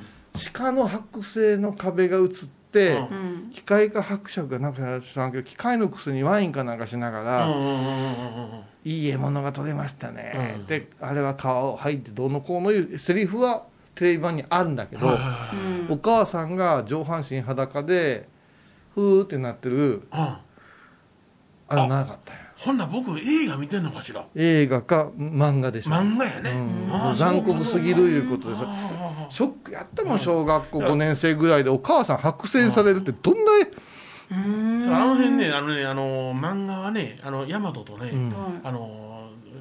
C: 鹿の剥製の壁が映って、
D: うん
B: うん
C: 機械か伯爵がなんか知らんけど機械のくせにワインかなんかしなが
D: あ
C: ら、
D: うんうんうんうんうん
C: いい獲物が取れましたね、
D: うん
C: であれは皮を剥いてどうのこうのいうセリフはテレビ版にあるんだけど、
D: はいはいは
B: うん
C: お母さんが上半身裸でふーってなってる
D: いうん
C: あれはなかったよ
D: ほんなら僕映画見てんのかしら
C: 映画か漫画でしょ、
D: 漫画やね、
C: うん
D: ああ
C: 残酷すぎるいうことで
D: あ
C: さ
D: あ
C: ショックやったもん小学校5年生ぐらいでお母さん白線されるってどんな、
D: あの辺ねあのねあの漫画はねあのヤマトとね、
C: うん
D: あの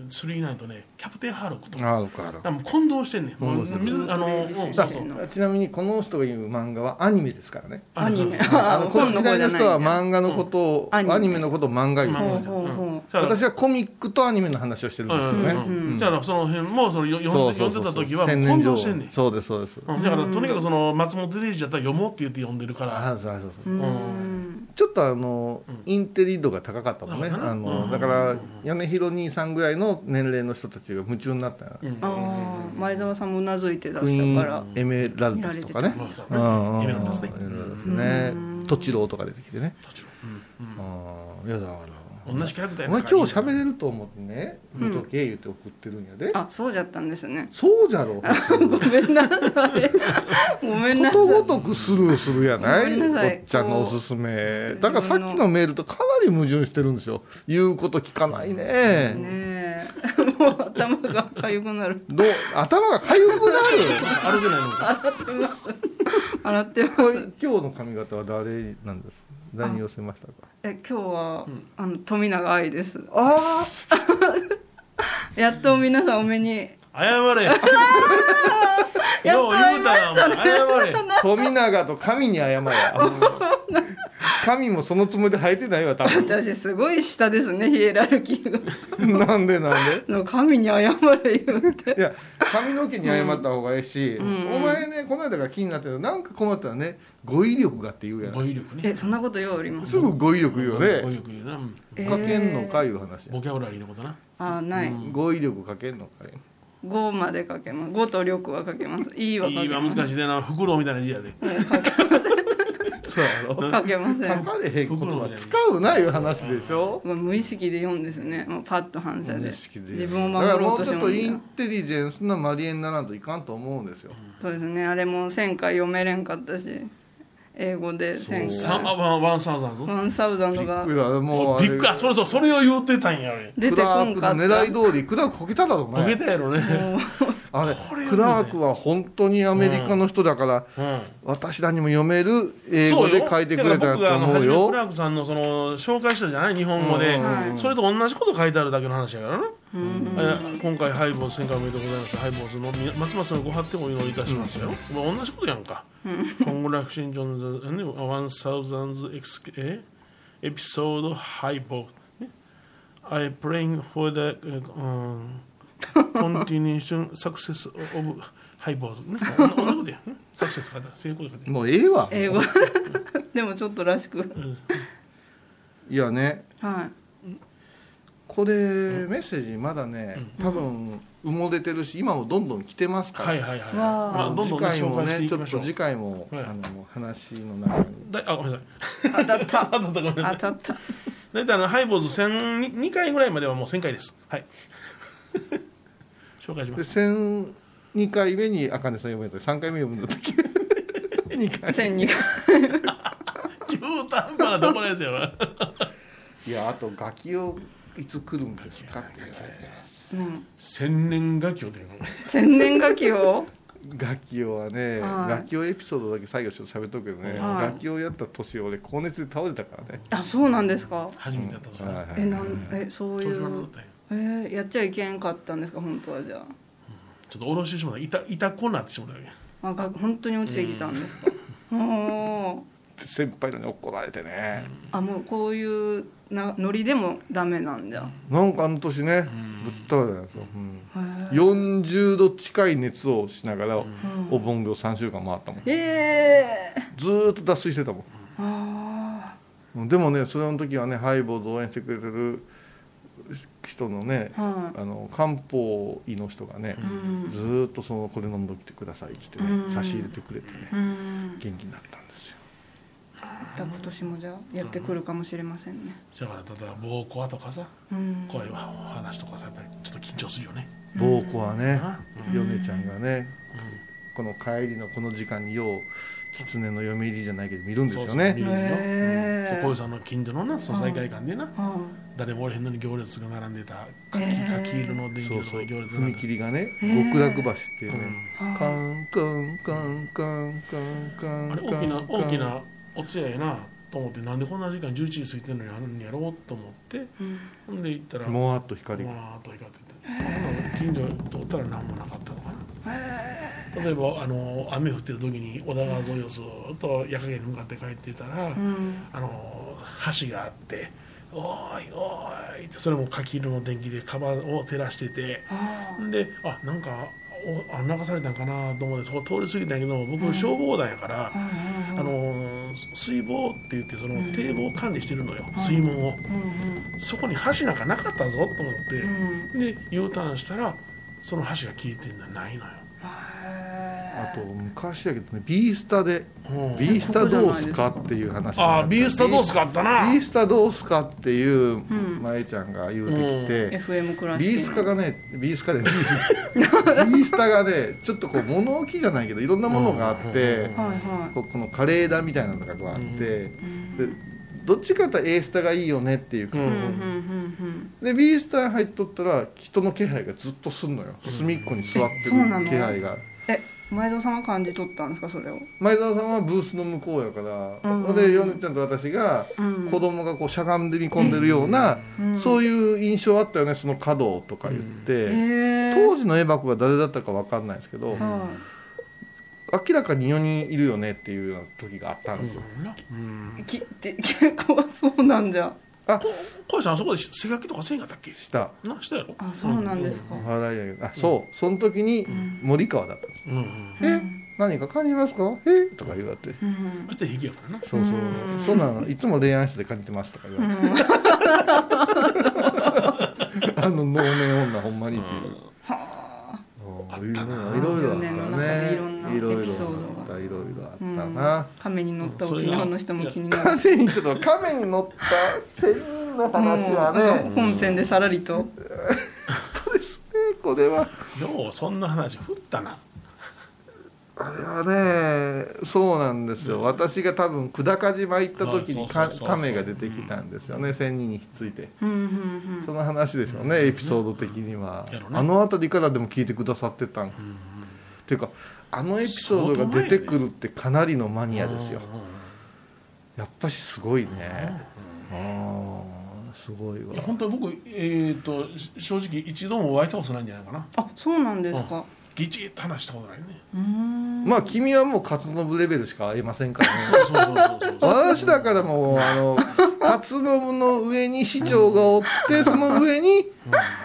D: スリーナインとねキャプテンハーロックとか
C: あるかある
D: もう混同してんねんもう
C: 混同してる
D: 水あのうんそう
C: だ
D: そう
C: ちなみにこの人が言う漫画はアニメですからね
B: アニ メあ
C: あのこの
B: 本の
C: 時
B: 子
C: 代
B: じゃ
C: の
B: ない
C: 人は漫画のことを、
B: うん
C: アニメのことを漫画言うんですよ
B: ほうほうほう
C: 私
D: は
C: はコミックとアニメの話をしてるんですよね、
D: うん
B: うんうん
D: じゃあその辺もそのよ
C: そ
D: よ
C: うん
D: で
C: そう
D: 読
C: そ
D: ん
C: う
D: でた
C: そう
D: 時は
C: 千
D: 混
C: 年
D: 同
C: 上
D: してんねん
C: そうですそうです、
D: うんだからとにかくその松本零士だったら読もうって言って読んでるから
C: あそうそうそう
B: う
C: そうんちょっとあの、
D: うん
C: インテリ度が高かったもんね
D: なるほど
C: あの、
D: うん
C: だから米広兄さんぐらいの年齢の人たちが夢中になったよ、
D: うん
B: ああ前澤さんもうなずいてらっ
C: クイ
B: しゃる
C: ー
B: から
C: ンエメラルダスとかね
D: まあそう
C: う
D: ね
C: んうんうん
D: 夢なんですね
C: いろいろですね
B: うん
C: とちろうとか出てきてね
D: もちろんう
C: う
D: ん
C: んいやだから
D: うん同じキャラクター
C: お
D: や
C: 前
D: から
C: 今日喋れると思ってね見とけ言って送ってるんやで、
B: あそうじゃったんですね
C: そうじゃろう
B: ごめんな さいごめん
C: こ
B: な
C: とご
B: さ
C: とくスルーするやな
B: ごめ
C: い
B: んなさい
C: おっちゃんのおすすめだからさっきのメールとかなり矛盾してるんですよ言うこと聞かないね
B: いねえ もう頭が痒くなる
C: どう頭がかゆくなる
D: 歩けない のか
B: 洗ってます洗ってま
C: これ
B: す
C: 今日の髪型は誰なんです誰に寄せましたか
B: え今日は、あの富永愛です
C: あ
B: やっと皆さんお目に
D: 謝れ
B: やっと会いま
D: よう言うたなお前謝れ
C: あ富永と神に謝れ神もそのつもりで生えてないわ多 分
B: 私すごい下ですねヒエラルキーが
C: なんでなんで
B: の神に謝れ言う て
C: いや髪の毛に謝った方がええし、
B: んうん
C: お前ねこの間から気になってるなんか困ったらね語彙力がって言うや
D: 語
C: ん
D: 彙力ね
B: えそんなことようあります
C: すぐ語彙力言うよね、
D: 語彙力言うなうん
B: えー
C: かけんのかいう話、
D: ボキャブラリーのことな
B: あない、
C: 語彙力かけんのかい
B: 五までかけます。五と力はかけます。いいはか
D: いい
B: け
D: わ
B: ます。
D: 難しいでなフクロウみたいな字やで
C: そうやろ書
B: かけません。
C: かれへん言葉使うないう話でしょ
B: これ無意識で読んですよね。もうパッと反射で
C: 無意識で
B: 自分を守
C: だから
B: ろ
C: も
B: うと
C: う
B: し
C: ち
B: て
C: ょっ
B: ま
C: と
B: す
C: イ
B: よ
C: ン。テリジェンスなマリエにならんといかんと思うんですよ、
B: そうですね。あれも千回読めれんかったし、英語で千
D: サン
B: 回。
D: ワンワンサウザンド
B: ワンサウザンドが
C: いやもうあ
D: び
C: れ
D: っくりあそれそうそれを言うてたんやね
B: 出てこ
C: クラ
B: ん
C: ーク
B: か
C: の
B: った。
C: 狙い通りクラークこけただろお
D: ボケ
C: 前
D: たやろね
B: も
C: あれ
D: れはね
C: クラークは本当にアメリカの人だから、
D: うん
C: 私らにも読める英語で書いてくれたと思
D: そうよ
C: う
D: だから僕があの初め
C: よ
D: クラークさんのその紹介したじゃない日本語で
C: うん
B: はい
D: それと同じこと書いてあるだけの話やからな
B: ううん
D: えー今回ハイボーズ1000回おめでとうございますハイボーズのみますますのご発展をお祈りいたしますよ、まあ、同じことやんかコングラクションジョンズ1000 X えエピソードハイボーズ I praying for the、um, continuation success of ハイボーズね同じことやんサクセス書いてある成功書いてある
C: もうええわ
B: 英語 でもちょっとらしく。
C: いやね
B: はい。
C: これ、メッセージまだね多分埋もれてるし今もどんどん来てますから、
D: はいはいはい、
B: わあ
D: まあ、どんどん、
C: 次
D: ね、
C: 回
D: 紹
C: も
D: 介して
C: ねち
D: いき
C: ょ
D: ま
C: っ
D: しょ
C: と
D: う
C: 次回も、
D: はい
C: あの話の中に
D: だいあごめんなさ
B: 当
D: い
B: たった。
D: あだったごめんなさ
B: 当
D: い
B: たった。
D: 大体あのハイボーズ1000 2回ぐらいまではもう1000回です。はい。紹介しま。
C: です1002回目にあかねさん読めた3回目読むんだったっけ2回
B: 千二回。
D: 中途半端なところですよ。
C: いやあとガキをいつ来るんですかっていう
B: うん。
D: 千年画教で。
B: 千年ガキを。
C: ガキオはね、
B: はい
C: ガキオエピソードだけ最後ちょっと喋っとくけどね、
B: はい
C: ガキオやった年俺高熱で倒れたからね、
B: あ、そうなんですか。
D: 初めてやったから。
C: はい
B: え、なん、え、そう
D: 調
B: い
D: 子悪
B: う
D: かっ。たんや
B: えー、やっちゃいけんかったんですか本当はじゃ
D: ちょっとおろしてしまった。いた、いたこなってしまったわけ。
B: ああが本当に落ちてきたんですかおー
C: 先輩らに怒られてね、
B: あもうこういうなノリでもダメなんじゃ
C: なんかあの年ね、ぶっ倒れたんですよ、
B: へー
C: うん40度近い熱をしながらお盆業3週間回ったもん、
B: ええ
C: ずーっと脱水してたもん
B: あ
C: でもねそれの時はねハイボーズを応援してくれてる人のね、
B: は
C: あの漢方医の人がね、
B: ん
C: ずーっとそのこれ飲んできてくださいって言ってね、
B: うん
C: 差し入れてくれてね
B: い。うん。
C: 元気になったんですよ
B: また今年もじゃあやってくるかもしれませんね。
D: だから例えば暴行とかさ
B: うん。
D: 怖いわお話とかさやっぱりちょっと緊張するよね、
C: 暴行はね
D: う
C: ヨネちゃんがねこの帰りのこの時間によう狐の嫁入りじゃないけど見るんですよ
D: そうそう見
C: ね
D: るよ、
B: へー
D: うん小さんの近所のな総裁会館でな、
B: は
D: 誰もおれへんのに行列が並んでた
B: へー
D: 柿色の電
C: そう
D: 球
C: そう
D: の行列が並
C: 踏
D: んでた
C: 切がね
B: ー
C: 極楽橋っていう
D: う
C: ね
D: ん
B: あ。
C: カ
B: は
C: ンカンカンカンカンカン
D: あれ
C: カ
D: 大
C: ン
D: きな
C: カン
D: 大きなお通夜やなと思ってなんでこんな時間11時過ぎてんのにあるんやろうと思って
B: あ。うん。
D: ほんで行ったら
C: もわっと光が
D: まあと光ってて近所通ったら何もなかったのかな例えばあの雨降ってる時に小田川沿いをずっと夜影に向かって帰ってたら、
B: うん。
D: あの橋があって「おーいおーい」ってそれも柿色の電気でカバーを照らしてて
B: は
D: であなんかおあ流されたんかなと思ってそこ通り過ぎたんやけど僕消防団やから、
B: あ。
D: あの水防って言ってその
B: ん
D: 堤防を管理してるのよ、水門を
B: うん
D: そこに橋なんかなかったぞと思って、
B: うん。うん。
D: で U ターンしたらその橋が消えてるのはないのよ、
C: あ
B: あ
C: と昔やけどねビースタで
D: うん
C: ビースタどうすかっていう話
D: あービースタどうす
C: か
D: かあったな
C: ビースタどうすかっていう
B: うん
C: まえちゃんが言うてきて、
B: FM クラシック。
C: ビースカがねビースカでビースタがねちょっとこう物置じゃないけどいろんなものがあっ
B: は
C: て
B: いは
C: ここのカレーだみたいなのがこうあって、
D: うん
C: で
B: い。うん
C: どっちかというと A スタがいいよねっていうか、
D: う
B: うんうん
D: ん
B: うん
C: で B スタに入っとったら人の気配がずっとすんのよ
D: うん
C: 隅っこに座って
B: え
C: る
B: そうなの
C: 気配が
B: うん。え、前澤さんは感じ取ったんですかそれを。
C: 前澤さんはブースの向こうやから、
B: うん
C: でヨネちゃんと私が
B: うん
C: 子供がこうしゃがんで見込んでるような、そういう印象あったよねその角とか言って。
B: へえ。
C: 当時のエバコが誰だったか分かんないですけど、
B: は
C: 明らかに4人いるよねっていうような時があったんですよ、
D: うん
B: い。き って結構そうなんじゃ。
C: あ
D: こ小石さんそこで背書きとかせんかったっけ
C: した
D: なしたやろ
B: あ、そうなんですか。
C: 笑いやけどあそうその時に森川だった、
D: うんうん
C: え何か感じますかえとか言われて
B: うん
D: あいつは平気やからな
C: そうそう
B: うん
C: そんなのいつも恋愛室で感じてますとか言われて、 あの能面女ほんまにっていう
B: は
C: うん
D: あっ
C: い
D: たな
C: ろいろあっ
B: 10
C: た
B: 年の中
C: ね
B: でいろんない
C: ろいろ
B: エピソー
C: あ
B: ド
C: っ
B: が
C: たいろいろあった
B: あ
C: な、。
B: 亀に乗った沖縄の人も気になる。
C: 亀にちょっと亀に乗った仙人の話はね、
B: うん本編でさらりと。
C: ですねこれは
D: ようそんな話振ったな
C: あれはねそうなんですよ私が多分久高島行った時に
D: そうそう
C: か
D: そうそう
C: 亀が出てきたんですよね仙人にひっついて
B: うんうん
C: その話でしょうねエピソード的には
D: やろな
C: あの辺りからでも聞いてくださってたんっていうかあのエピソードが出てくるってかなりのマニアですよ
D: うんうん
C: やっぱしすごいねああすごいわ
D: いや本当に僕えっとし正直一度も湧いたことないんじゃないかな
B: あ、そうなんですか。
D: ぎちっと話したことないね
B: うーん。
C: まあ君はもう勝信レベルしか会えませんからね
D: そうそうそうそうそう
C: 私だからもうあ の勝信の上に市長がおってその上に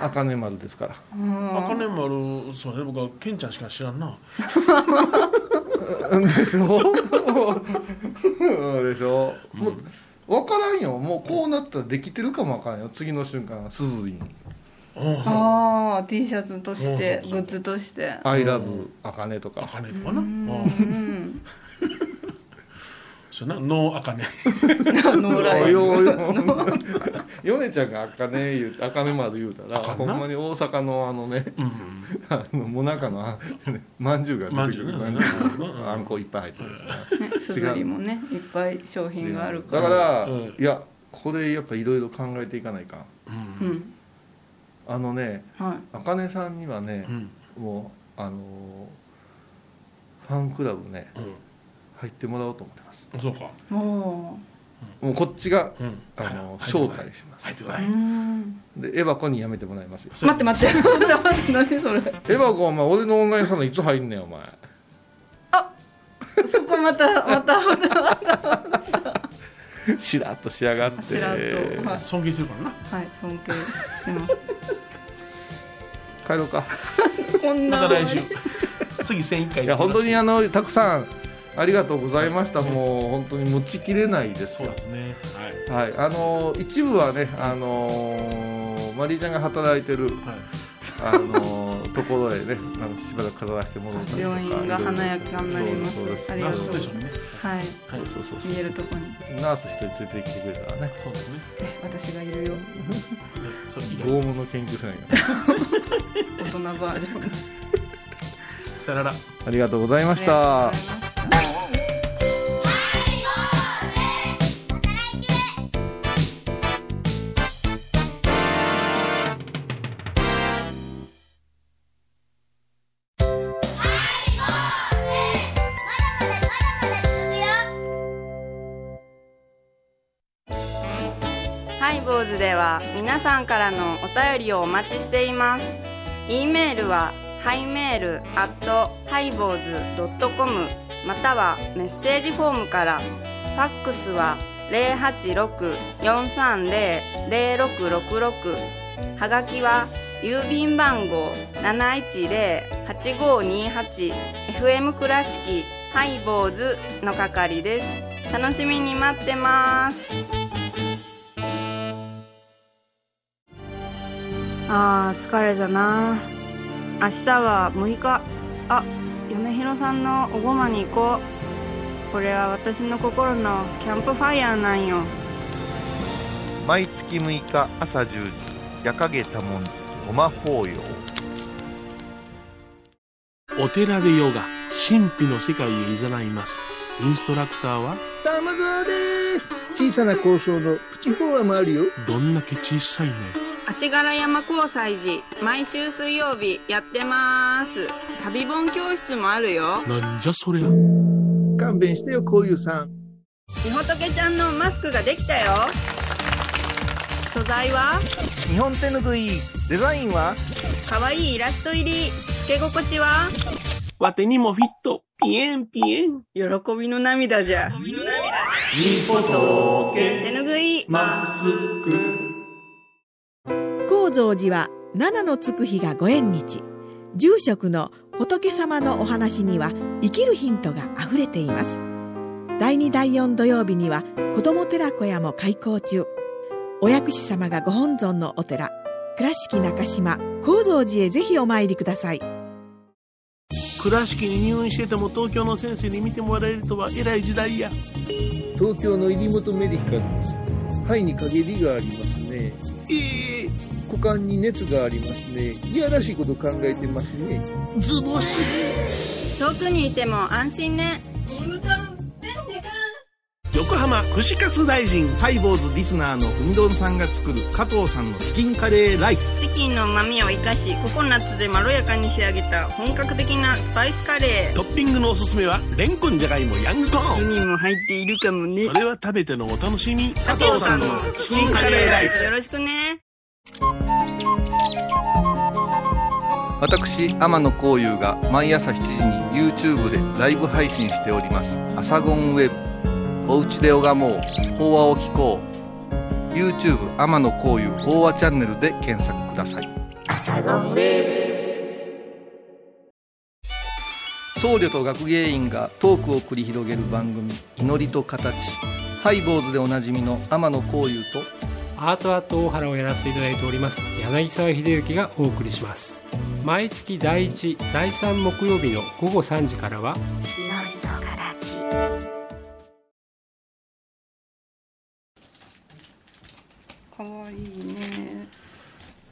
C: 茜丸ですから
D: 赤根丸そうね僕はケンちゃんしか知らんな
C: うんでしょ うんでしょもう分からんよもうこうなったらできてるかも分からんよ次の瞬間鈴井
D: うん
B: ああ、T シャツとして、グッズとして
C: 「。アイラブ茜」とか
D: 赤根とかな
B: う
D: うん
B: ん。
D: そうやなノー赤根
B: ノーライブ。
C: よよ米ちゃんが茜言う茜丸言うたら
D: あかん
C: ほ
D: なん
C: まに大阪のあのね
D: うん
C: あのもなかのあまんじゅうが出てくる
D: まんじゅうねうん
C: あんこいっぱい入ってるんですよね
B: ね すずりもね、いっぱい商品があるか
C: だ
B: ら。
C: から、
D: うん
C: いやこれやっぱいろいろ考えていかないかん
D: うん
B: うん。
C: あのね
B: はい。
C: 茜さんにはね
D: う、ん
C: もうあのーファンクラブね
D: う
C: 入ってもらおうと思ってます
D: んそうか
B: も
C: もうこっちが、
D: うん
C: あのー
D: は
C: 招
D: い
C: 待します
D: 入ってく
B: う。
D: だ
B: う
D: さい
B: ん。
C: でエバコにやめてもらいますよ
B: 待って待って待って待って何それ
C: エバコお前俺のオンラインサロンいつ入んねんお前
B: そこまたまたまた
C: しらっと仕上がって
B: しらっとはい
D: 尊敬するからな
B: はい尊敬します
C: 帰ろうか
B: こん
D: ま
B: な
D: た来週次1001回
C: いや本当にあのたくさんありがとうございました、もう本当に持ちきれないです
D: そう
C: よ
D: ですねはい
C: はいあのー一部はね、あのーマリーちゃんが働いてる、
D: はい
C: あ のーところへねあのしばらく飾らせてもらったりとか
B: 病院が華やかになります
C: そうです
B: あり
D: ナ
B: が
D: ー
B: とう
D: スステーションね
B: はい
D: はい
C: そうそうそう
B: 見えるとこに
C: ナース一人連れてきてくれたらね
D: そうですね
B: え私がいるよ
D: ねそういいよ
C: 拷問の研究せないか
B: 大
C: ら
B: 人バージョン
D: さよなら
C: ありがとうございま
B: あ
C: し
B: り
C: た、
B: がとうございましたハイボーズでは皆さんからのお便りをお待ちしています。e メールはハイメールアットハイボーズドットコムまたはメッセージフォームから。ファックスは086-430-0666はがきは郵便番号710-8528 FM 倉敷ハイボーズの係です。楽しみに待ってます。あー疲れじゃな明日は6日あ嫁ひろさんのおごまに行こうこれは私の心のキャンプファイヤーなんよ
F: 毎月6日朝10時夜影多文字ごま法要
D: お寺でヨガ神秘の世界へ誘いますインストラクターは
G: 玉沢です小さな交渉のプチフォアもあるよ
D: どんだけ小さいね
B: 足柄山交際時毎週水曜日やってます旅本教室もあるよ
D: なんじゃそりゃ
G: 勘弁してよこういうさん
B: みほとけちゃんのマスクができたよ素材は
F: 日本手ぬぐいデザインは
B: 可愛いイラスト入りつけ心地は
D: わてにもフィットピエンピエン
B: 喜びの涙じゃ喜びの涙じゃ手ぬぐい
H: 高蔵寺は七のつく日がご縁日住職の仏様のお話には生きるヒントがあふれています第2第4土曜日には子ども寺小屋も開校中お薬師様がご本尊のお寺倉敷中島・高蔵寺へぜひお参りください
D: 倉敷に入院してても東京の先生に見てもらえるとは偉い時代や
G: 東京の入本メディカルです肺に陰りがありますね
D: ええ
G: 股間に熱がありますねいやらしいこと考えてますね
D: ズボス
B: 遠くにいても安心ね
D: 横浜串カツ大臣
F: ハイボーズリスナーのうみどんさんが作る加藤さんのチキンカレーライス
B: チキンの旨味を生かしココナッツでまろやかに仕上げた本格的なスパイスカレ
D: トッピングのおすすめはレンコンじゃがいもヤングコ
B: ー
D: ーン
B: 4人も入っているかもね
D: それは食べてのお楽しみ
B: 加藤さんの
D: チキンカレーライス
B: よろしくね
F: 私天野幸雄が毎朝7時に YouTube でライブ配信しております「アサゴンウェブ」「おうちで拝もう法話を聞こう」YouTube 天野幸雄法話チャンネルで検索ください僧侶と学芸員がトークを繰り広げる番組「祈りと形」ハイボーズでおなじみの天野幸雄と
I: アートアート大原をやらせていただいております柳沢秀幸がお送りします毎月第1第3木曜日の午後3時からは
B: かわいいね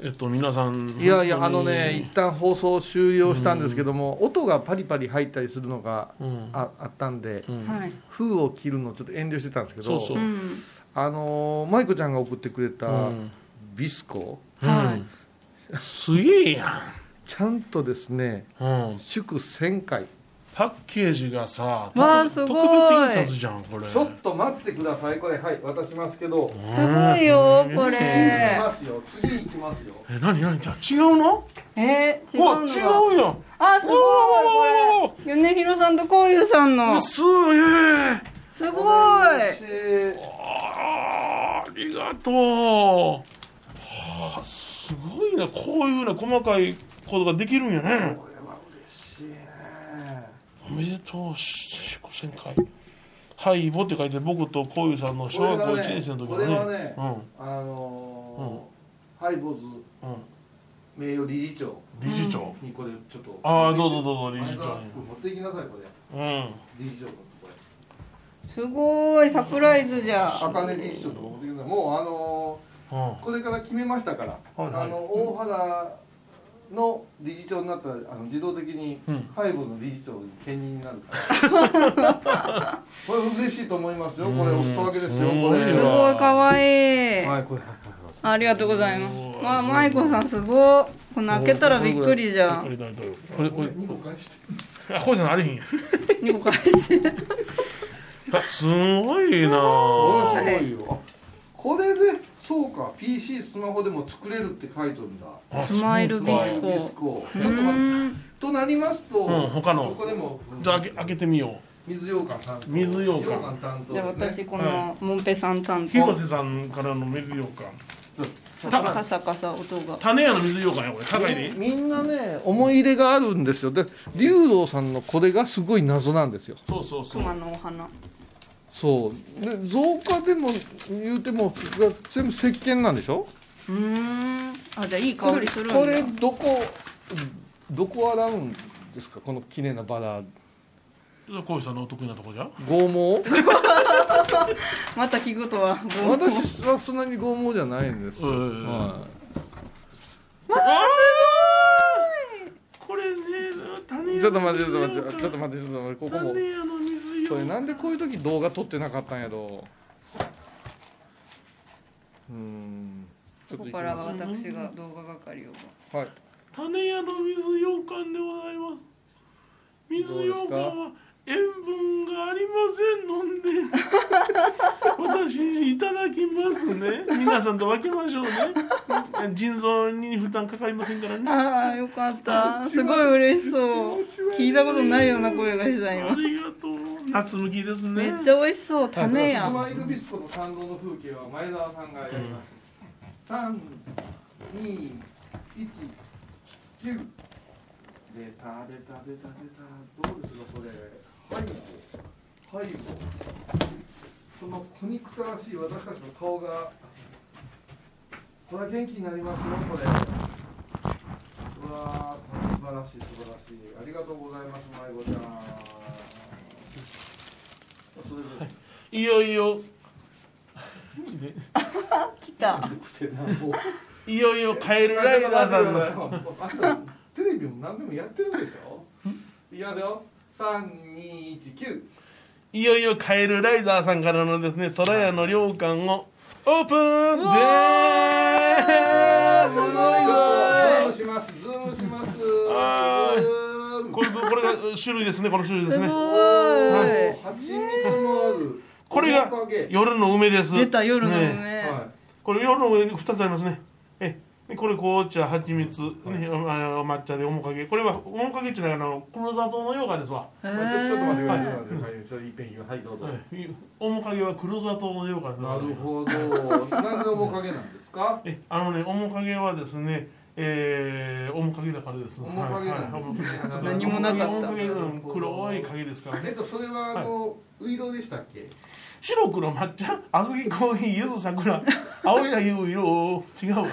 D: えっと皆さん
C: いやいやあ
D: 本当
C: の
D: に
C: ね一旦放送終了したんですけども、音がパリパリ入ったりするのが
D: うん
C: ああったんで、
D: うん
B: はい
C: 封を切るのちょっと遠慮してたんですけど
D: そううん
C: あのー、舞子ちゃんが送ってくれた、
D: うん
C: ビスコ
B: はい
D: うんすげえや
C: ちゃんとですね
D: ん、うん、
C: 祝1000回
D: パッケージがさ
B: わあ
D: 特
B: すごい
D: 特別印刷じゃんこれ
C: ちょっと待ってくださいこれはい渡しますけど
B: すごいよこ
C: 行き
B: れ
C: ますよ次行きますよ
D: え何何じゃあ違うの
B: えー、違
D: わ
B: う
D: 違
B: のが
D: うよ
B: あすごい
D: お
B: これ米広さんとこういうさんの
D: ーすげえ
B: すごい
C: えー
D: あーありがとうはあすごいなこういうふうな細かいことができるんやねこれは嬉しいねめでとうし五千回はいぼって書いて僕とこういうさんの小学校一年生の時
C: こ
D: の
C: れ
D: ね
C: はね、
D: うん、
C: あのーハイボーズ名誉理事長
D: 理事長
C: にこれちょっと
D: ああどうぞどうぞ理事長
C: 前田君持っていきなさいこれ
D: うん
C: 理事長これ
B: すごいサプライズじゃ
C: あかね理事長とか持ってきなさいもうあのーこれから決めましたから、あの大原の理事長になったらあの自動的に
D: うん
C: ハイボーズの理事長に兼任になるから、これ嬉しいと思いますよこれお裾分けですよ
D: うん
C: これ
D: す
B: すごいかわいい
C: はいこれ
B: ありがとうございますまあ舞子さんすごいこの開けたらびっくりじゃん
D: どれどれどれこれこれあこうじゃないあれへんや
B: 2個返して
D: あすごいなあ
C: すごいよあこれでそうか PC スマホでも作れるって書いてるんだ
B: スマイルディスコ
C: ちょっと待ってとなりますと、
D: うん他の
C: ここでも
D: じゃあ開け開けてみよ
C: 水羊羹担
D: う水
C: 当
D: 羊
C: 羊
D: 羹
C: 羹担当
B: じゃあ私こ
D: は
B: のもんぺさん担当
D: 広瀬さんからの水羊羹
B: カサカサ音が
D: 種屋の水羊羹やこれ高いで
C: みんなね思い入れがあるんですよで竜道さんのこれがすごい謎なんですよ
D: そうそうそう
B: 熊のお花
C: そうで造花でも言うても全部石鹸なんでしょ
B: うーんあじゃあいい
C: こ
B: 香
C: れ
B: りするんだ
C: これどこどこ洗うんですかこの綺麗なバラ
D: 小石さんのお得意なとこじゃ
C: 剛 毛
B: また聞くとはもう
C: 私はそんなに剛毛じゃないんですよ、はい
B: わあ
D: これね種
C: ちょっと待ってちょっと待ってちょっと待ってちょっと待ってここも
D: 種屋の水
C: これ
D: 羊
C: なんでこういう時動画撮ってなかったんやろううーんちょ
B: ここ
C: っと行き
B: から
C: ま
B: は私が動画係を
C: すはい
D: 種屋の水羊羹でございます水羊羹は塩分があり ませんので私いただきますね皆さんと分けましょうね腎臓に負担かかりませんからね
B: ああよかったすごい嬉しそう聞いたことないような声がした
D: あ
B: 今
D: りがとう夏向きです
B: め
D: ね
B: っちゃ美味しそう種や
C: スマイルビスコの感動の風景は前澤さんがやります、三二一九出た出た出た出たどうですかこれハイボハイボその苦肉たらしい私たちの顔がこれは元気になりますよこれうわー素晴らしい素晴らしいありがとうございますまいごちゃん それで
D: いよいよで
B: 来た
D: いよいよカエルライダーさん
C: あ
D: の
C: のテレビも何でもやってるでしょいきますよ3219
D: いよいよカエルライダーさんからのですね、虎屋の涼館をオープンでーすごい
C: ズー
D: ぞ
C: ムしますズームします
D: あーこれこれが種類ですね、この種類ですね。
B: す
C: 蜂蜜もある
D: これが
C: おかげ
D: 夜の梅です。
B: 出た夜の梅
D: ねこれ夜の梅に2つありますね。えでこれ紅茶、蜂蜜、ね、おあの抹茶で面影。これは面影っていうのはあの黒砂糖のようかんですわ。
B: へ
C: ちょちょっと待ってください、はいい、
D: は
C: ちょっといっぺん言うはいどうぞ、
D: 面影は黒砂糖のようかんですわ
C: なるほ ど何のおかげなんですか
D: えあのね面影はですねえー、面影だからです
C: 面影なんですね
D: はいはい
B: 何もなかった
D: 面影うん黒い影ですから
C: えっ
D: ね
C: とそれはあの、ウイロでしたっけ
D: 白黒抹茶小豆コーヒーゆず桜青やゆう色違うわ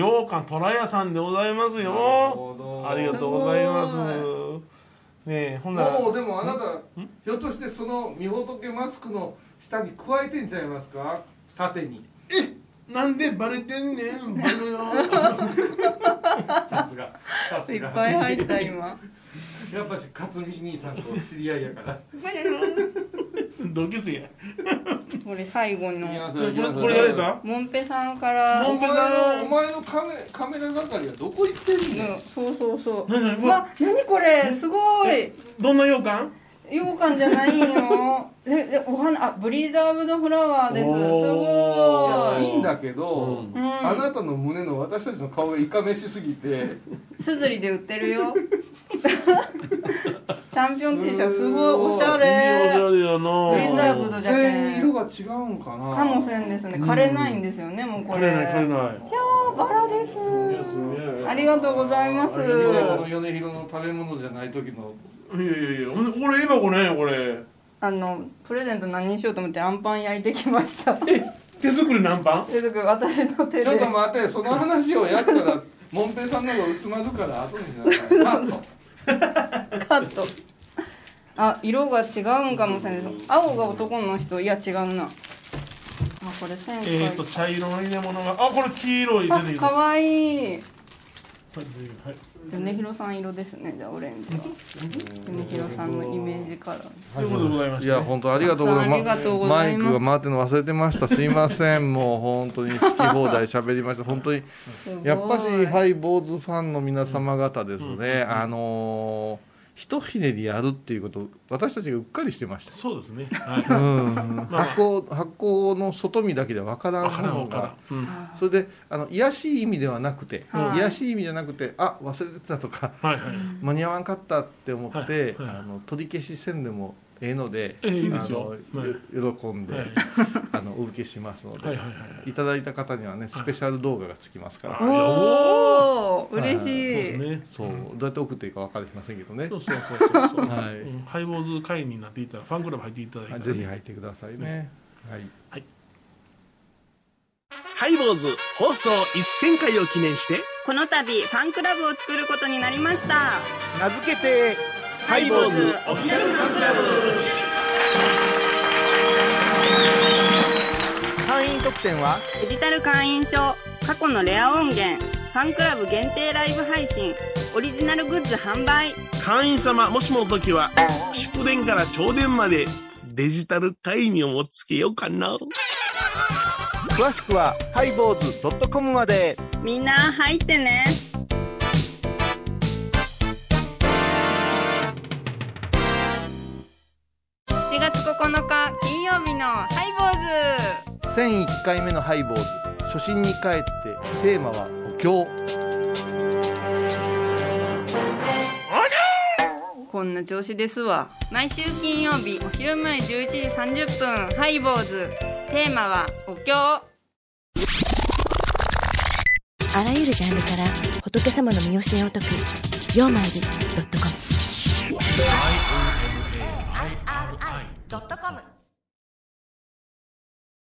D: 羊羹虎屋さんでございます
C: なる
D: よ
C: ほど
D: ありがとうございますねえほんなら
C: もうでもあなたひょっとしてそのみほとけマスクの下に加えてんちゃいますか縦に
D: なんでバレてんねんバレよ
C: さすがさす
B: い
C: が
B: っぱい入った今
C: やっぱし勝美兄さんと知り合いやから
D: 同級生や
B: これ最後の
C: いきます
D: こ
C: よ
D: れ
C: いきますよ
D: これ誰だ
B: もんぺさんから
D: も
C: お
D: んぺ
C: 前
D: さ
C: の
D: ん
C: お前のカメカメラ係はどこ行ってんね
B: うんそうそうそう
D: 何何う
B: うわ
D: わ
B: 何これすごい
D: どんな羊羹
B: 羊羹じゃない よででお花あブリザーブドフラワーですす
D: お
C: んい
B: ご
C: やいいんだけど、
B: うん
C: あなたの胸の私たちの顔がいかめしすぎて
B: いすずりで売ってる よチャンピオン T シャツすごいおしゃ
D: いい
B: れ
D: おしゃれやな
B: ブリザーブドじゃけ
C: 全員
B: ん
C: 色が違うんかな
B: かもせんですね枯れないんですよねもうこ
D: 枯
B: れ
D: れない枯れない
B: いやーバラです。ありがとうございます。
C: この米広の食べ物じゃない時の
D: いやいやいや、これ今これこれ。
B: あのプレゼント何にしようと思ってあんパン焼いてきま した。
D: 手作り何パン？
B: 手作り私の手で。
C: ちょっと待ってその話をやったらもんぺいさんの方が薄まるから後にしなさいカット
B: カット。あ、色が違うんかもしれない。青が男の人、いや違うな。あ、これ線
D: えっ、
B: か。
D: と茶色の入れ物が、あこれ黄色い出
B: あ
D: て、きた。
B: か
D: はい
B: わいい。
D: はい
B: 米広さん色ですね。じゃあオレンジは。米広さんのイメージカラー。
D: ということでございま
C: いや本当ありがとうござい
B: ありが
C: ま
B: と
C: す
B: うご
C: マ
B: ざ
C: イ
B: います
C: クが回ってるの忘れてましたすいませんもう本当に好き放題喋りました本当に
B: すごい
C: やっぱしハイボーズファンの皆様方ですねあのーひとひねりやるっていうこと私たちがうっかりしてました
D: そうですね。はい。
C: うん
D: まあ
C: 発酵発酵の外見だけでわからんものが、それであの癒やしい意味ではなくて、
D: はい
C: 癒やしい意味じゃなくてあ忘れてたとか、
D: はいはい
C: 間に合わんかったって思って、
D: はいはい
C: あの取り消しせんでもええので、
D: ええいいですよ
C: あの
D: はい
C: 喜んで、
D: はい
C: あのお受けしますので、
D: はい
C: い
D: はいは
C: ただいた方にはねスペシャル動画がつきますから、
B: おおー、
C: はい
B: 嬉しい。
C: そうどうやって送っていいか分かりませんけどね
D: そうそうそうそうそう。
C: はい
D: うんハイボーズ会員になっていたらファンクラブ入っていただいたら、
C: ぜひ入ってくださいね。はい。
D: はい。
J: ハイボーズ放送1000回を記念して
B: この度ファンクラブを作ることになりました。
J: 名付けてハイボーズオフィシャルファンクラ
F: 会員特典は
B: デジタル会員証過去のレア音源ファンクラブ限定ライブ配信オリジナルグッズ販売
J: ブ会員様もしもの時は祝電から朝電までデジタル会員をもつけようかな
F: 詳しくはハイボーズ .com まで
B: みんな入ってね7月9日金曜日のハイボ
F: 1001回目のハイボーズ初心に帰ってテーマはお経
B: ーズこんな調子ですわ毎週金曜日お昼前11時30分ハイボーズテーマはお経
K: あらゆるジャンルから仏様の身教えを解く「曜マイルドットコム」
J: ハイ